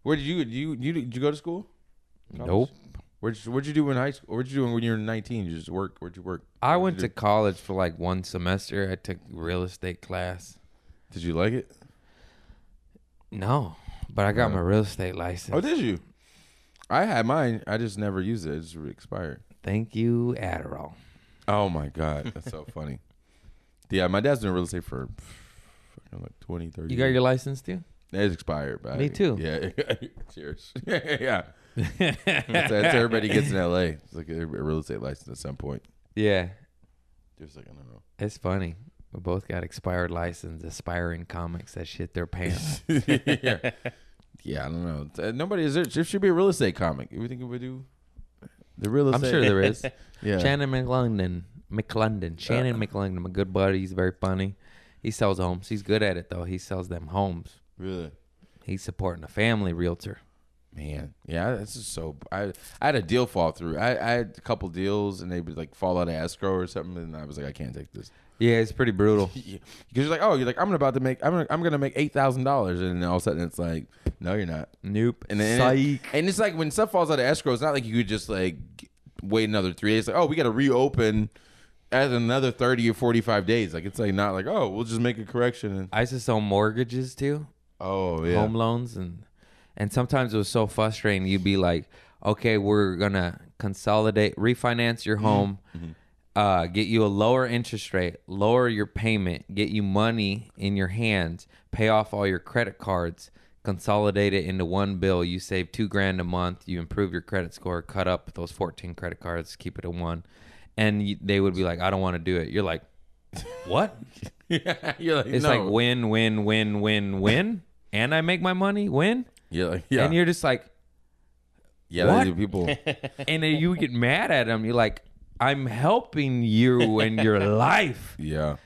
Where did you you you did you go to school?
nope.
Where'd you, what'd you do in high school? What'd you do when you were 19? You just work. Where'd you work?
I went to college for like one semester. I took real estate class.
Did you like it?
No, but I got my real estate license.
Oh, did you? I had mine. I just never used it. It just expired.
Thank you, Adderall.
Oh my god, that's so funny. Yeah, my dad's been in real estate for pff, fucking like 20, 30
You got
years.
your license too?
It's expired, but
Me
I-
too.
Yeah. Cheers. yeah. That's, that's everybody gets in LA. It's like a, a real estate license at some point.
Yeah,
Just like I don't
it's funny. We both got expired license. Aspiring comics that shit their pants.
know. yeah. yeah, I don't know. Uh, Nobody is there. There should be a real estate comic. You think it would do the real
I'm
estate?
sure there is. Uh,
Yeah.
Shannon McLondon, McLondon, Shannon McLondon, my good buddy. He's very funny. He sells homes. He's good at it though. He sells them homes.
really.
He's supporting a family realtor.
Man, yeah, this is so. I I had a deal fall through. I, I had a couple deals, and they would like fall out of escrow or something, and I was like, I can't take this
Yeah, it's pretty brutal.
because you're like, oh, you're like, I'm about to make, I'm gonna, I'm gonna make eight thousand dollars, and then all of a sudden it's like, no, you're not.
Nope.
And then and it's like when stuff falls out of escrow, it's not like you could just like wait another three days. Like, oh, we got to reopen at another thirty or forty five days. Like it's like not like oh, we'll just make a correction. And,
I used to sell mortgages too.
oh yeah,
home loans and and sometimes it was so frustrating you'd be like okay we're gonna consolidate refinance
Mm-hmm.
your home uh, get you a lower interest rate lower your payment get you money in your hands pay off all your credit cards consolidate it into one bill you save two grand a month you improve your credit score cut up those 14 credit cards keep it at one and you, they would be like i don't want to do it you're like what
you're like,
it's
no.
like win win win win win and i make my money win
yeah, like, yeah,
and you're just like,
yeah.
What?
these are People.
and then you get mad at him. You're like, I'm helping you and your life.
Yeah.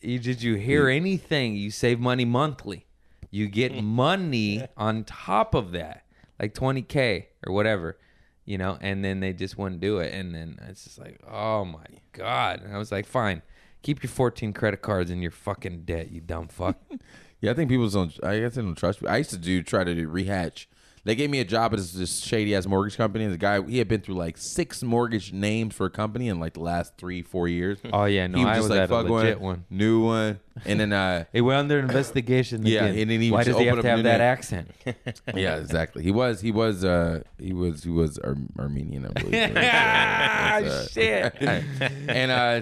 You, did you hear anything? You save money monthly. You get money on top of that, like 20K or whatever, you know, and then they just wouldn't do it. And then it's just like, oh my God. And I was like, fine, keep your 14 credit cards and your fucking debt, you dumb fuck.
Yeah, I think people just don't. I guess they don't trust me. I used to do try to do rehatch. They gave me a job at this, this shady ass mortgage company. The guy he had been through like six mortgage names for a company in like the last three four years.
oh, yeah, no,
he
I
just
was at a
"Fuck
legit one.
new one, and then uh,
It went under investigation.
Yeah,
again.
and then he
Why
just
does he have
opened
to
up
have
new
that
name.
accent?
yeah, exactly. He was he was uh he was he was Ar- Armenian, I believe.
ah, shit.
and uh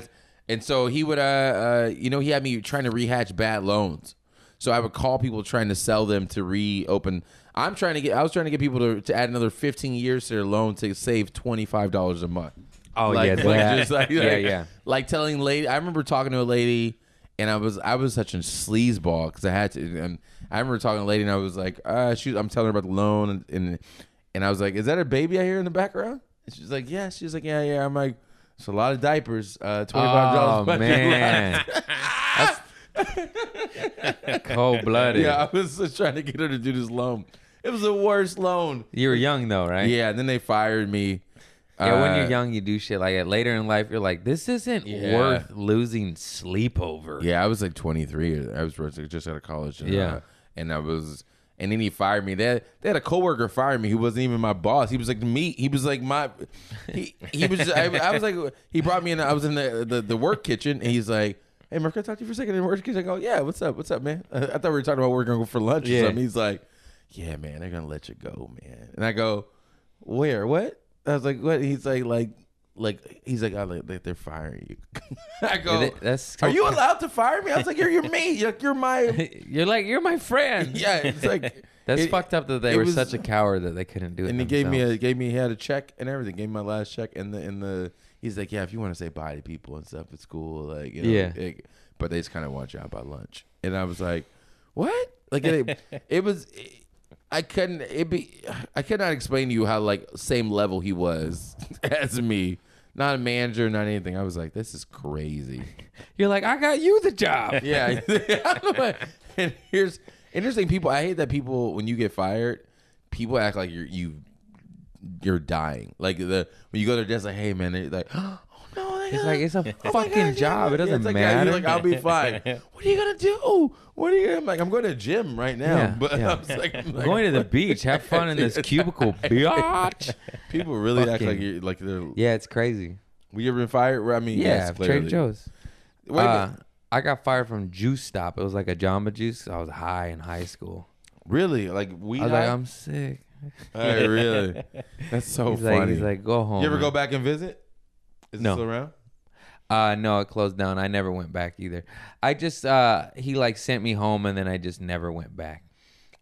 and so he would uh, uh you know he had me trying to rehatch bad loans so i would call people trying to sell them to reopen i'm trying to get i was trying to get people to, to add another 15 years to their loan to save $25 a month
Oh
like,
yeah,
like,
that.
just like-
yeah,
like-
yeah.
like telling lady i remember talking to a lady and i was i was such a sleazeball because i had to and i remember talking to a lady and i was like uh she i'm telling her about the loan and and, and i was like is that a baby i hear in the background and she's like yeah she's like yeah yeah i'm like it's a lot of diapers uh
Oh
$25
man, cold blooded.
yeah i was just trying to get her to do this loan it was the worst loan
You were young though, right?
yeah and then they fired me
Yeah, when
Uh,
you're young, you do shit like that. Later in life, you're like, this isn't
Yeah.
worth losing sleep over.
Yeah, I was like 23. I was just out of college. And,
Yeah.
uh, and I was, and then he fired me. They had, they had a coworker fire me who wasn't even my boss. He was like me. He was like my, he, he was. I, I was like, he brought me in. I was in the the, the work kitchen, and he's like. Hey, Mark, can I talk to you for a second in the work kitchen? I go, yeah, what's up? What's up, man? I thought we were talking about we we're going to go for lunch
Yeah.
or something. He's like, yeah, man, they're going to let you go, man. And I go, where? What? I was like, what? He's like, like, like, he's like, oh, like, they're firing you. I go,
Th- that's
are you allowed to fire me? I was like, you're, you're me. You're, you're my.
You're like, you're my friend.
Yeah, it's like,
That's
It-
fucked up that they
it
were
was-
such a coward that they couldn't do it.
and he gave me
themselves.
a gave me he had a check and everything. Gave me my last check and the and the he's like, yeah, if you want to say bye to people and stuff, it's cool. Like, you know,
Yeah.
like- but they just kind of want you out by lunch, and I was like, what? Like it, it was. I couldn't. It be. I could not explain to you how like same level he was as me. Not a manager, not anything. I was like, this is crazy.
You're like, I got you the job.
Yeah. and here's interesting people. I hate that people when you get fired, people act like you're you you're dying. Like the when you go to their desk, like, hey man, they're like, oh no, they
It's
got-
like it's a
oh my
fucking
God,
job.
yeah,
It doesn't
it's like, yeah,
matter.
you're like, I'll be fine. what are you gonna do? What are you? I'm like, I'm going to the gym right now.
Yeah,
but
yeah.
I was like, I'm like-
going to the beach, have fun in this cubicle, biatch.
people really act like
Fucking-
you're like they're.
Yeah, it's crazy.
We ever been fired? Well, I mean,
Yeah,
yes,
Trader
clearly.
Joe's.
Wait a
Uh,
minute.
I got fired from Juice Stop. It was like a Jamba Juice. I was high in high school.
really? Like we?
I was like, I'm sick.
really? That's so
He's
funny.
like, he's like, go home.
You ever
man."
go back and visit? Is
No.
it still around?
Uh, no, it closed down. I never went back either. I just uh, he like sent me home, and then I just never went back.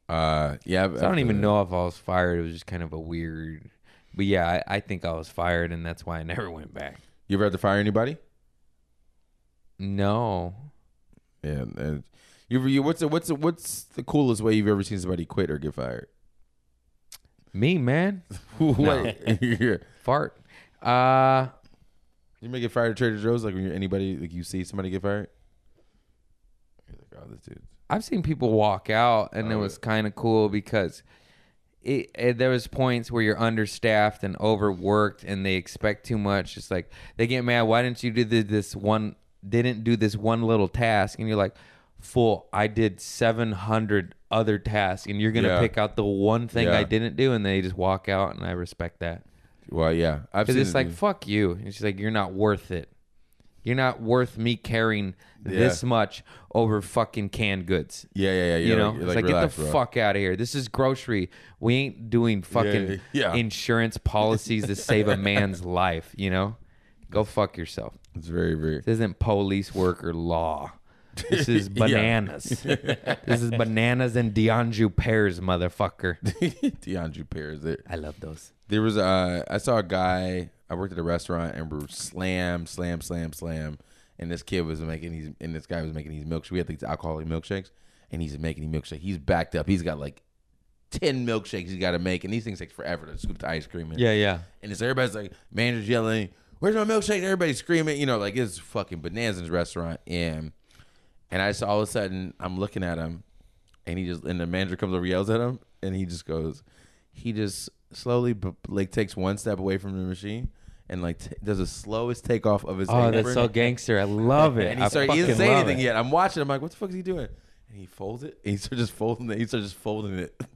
Uh, yeah.
So I don't even know if I was fired. It was just kind of a weird. But yeah, I, I think I was fired, and that's why I never went back.
You ever had to fire anybody?
No,
Yeah. and you, you what's the, what's the, what's the coolest way you've ever seen somebody quit or get fired?
me man,
What? you
fart. Uh,
may get fired at Trader Joe's like when you're anybody like you see somebody get fired. You're like, oh, this dude.
I've seen people walk out, and it
Oh,
was kind of cool because it, it there was points where you're understaffed and overworked, and they expect too much. It's like they get mad. Why didn't you do th- this one? Didn't do this one little task, and you're like, "Fool! I did 700 other tasks, and you're gonna
Yeah.
pick out the one thing I
Yeah.
didn't do." And they just walk out, and I respect that
Well, yeah, I've
because
seen
it's
it,
like,
dude.
"Fuck you!" And she's like, "You're not worth it." You're not worth me carrying this much over fucking canned goods
yeah, yeah, yeah.
you
you're
know,
you're
it's like,
relax,
get the
bro.
fuck out of here. This is grocery. We ain't doing fucking
yeah.
insurance policies to save a man's life. You know, go fuck yourself.
It's very, very.
This isn't police work or law. This is
Yeah.
bananas. this is bananas and Dianju pears, motherfucker.
DeAndre Pears. There,
I love those.
There was uh, I saw a guy. I worked at a restaurant and we were slam, slam, slam, slam. And this kid was making these, and this guy was making these milkshakes. We had these alcoholic milkshakes, and he's making these milkshakes. He's backed up. He's got like ten milkshakes he's got to make, and these things take forever to scoop the ice cream in.
yeah.
And it's everybody's like, manager's yelling, "Where's my milkshake?" Everybody's screaming. You know, like it's fucking bananas in this restaurant. And and I just all of a sudden I'm looking at him, and he just and the manager comes over, yells at him, and he just goes, he just slowly b- like takes one step away from the machine, and like t- does the slowest takeoff of his.
Oh,
apron.
that's so gangster. I love it.
And he
I
started, he
fucking
didn't say
love
anything
it.
yet. I'm watching. I'm like, what the fuck is he doing? And he folds it. And he starts just folding it. He starts just folding it.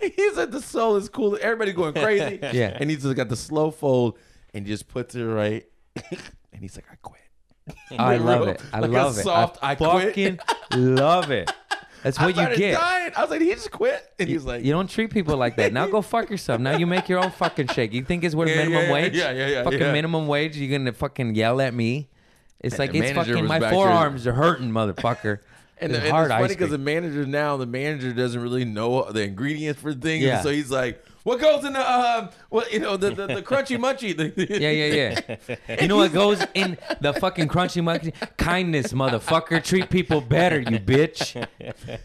he's like, the soul is cool. Everybody going crazy.
Yeah.
And he's just got the slow fold and just puts it right. and he's like, I quit.
I
Bro,
love it. I
like a
love it.
soft, I quit.
fucking love it. That's
I
what you
started
get.
dying. I was like, he just quit. And he's like,
You don't treat people like that. Now go fuck yourself. Now you make your own fucking shake. You think it's worth
Yeah, yeah,
minimum
yeah,
wage?
yeah, yeah, yeah,
Fucking
yeah.
minimum wage. You're gonna fucking yell at me. It's like
the
it's
manager
fucking
was
my
back there.
forearms are hurting, motherfucker.
And,
it's
the, and
hard
it's funny
ice
because the
cream.
manager now, the manager doesn't really know the ingredients for things,
Yeah.
so he's like, "What goes in the um, what you know, the the, the crunchy munchy?"
yeah, yeah, yeah. You know what goes in the fucking crunchy monkey? Kindness, motherfucker. Treat people better, you bitch.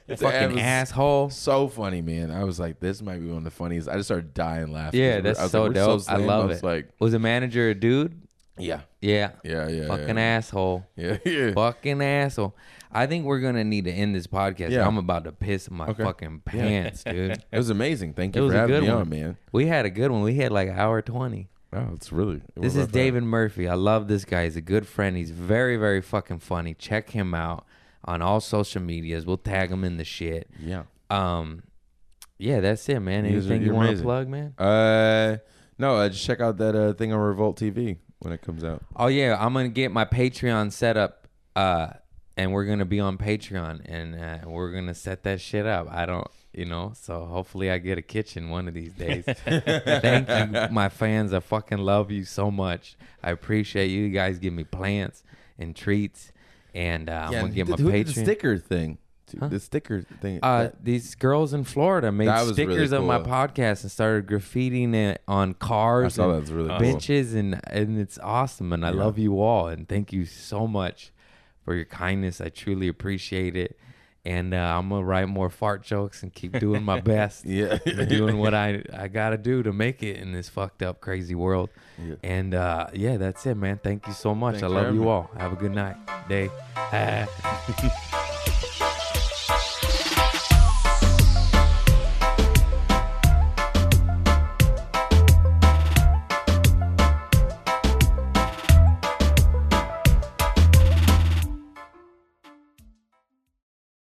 fucking
was-
asshole.
so funny, man. I was like, this might be one of the funniest. I just started dying laughing.
Yeah,
'Cause
that's
I was
so
like, we're
dope. I
slim.
love
was
it.
Like,
Was a manager a dude?
yeah,
Yeah.
yeah, yeah,
Fucking
yeah.
asshole.
yeah, yeah.
fucking asshole. I think we're gonna need to end this podcast.
Yeah.
I'm about to piss my
Okay.
fucking pants, dude.
It was amazing. Thank
It
you
was
for
a
having
good
me
one.
on, man.
We had a good one. We had like an hour twenty.
Wow, it's really.
This is David Murphy. I love this guy. He's a good friend. He's very, very fucking funny. Check him out on all social medias. We'll tag him in the shit.
Yeah.
Um, yeah, that's it, man.
You're-
Anything you
you're
want to
amazing.
plug, man?
Uh, no, uh, just check out that uh, thing on Revolt TV when it comes out.
Oh yeah, I'm gonna get my Patreon set up, uh, and we're gonna be on Patreon, and uh, we're gonna set that shit up. I don't, you know, so hopefully I get a kitchen one of these days. Thank you, my fans. I fucking love you so much. I appreciate you. You guys give me plants and treats, and uh, I'm gonna get my
who did the
Patreon.
sticker thing. Dude, The sticker thing.
Uh,
that-
these girls in Florida made
That was
stickers
really
of my
cool.
podcast and started graffitiing it on
I
cars,
saw
and
that's really cool.
benches, and and it's awesome. And I love you all, and thank you so much for your kindness. I truly appreciate it. And uh, I'm gonna write more fart jokes and keep doing my best,
Yeah.
and doing what I I gotta do to make it in this fucked up crazy world. And uh, yeah, that's it, man. Thank you so much.
Thanks
I
for
love
having
you
me.
all. Have a good night, day.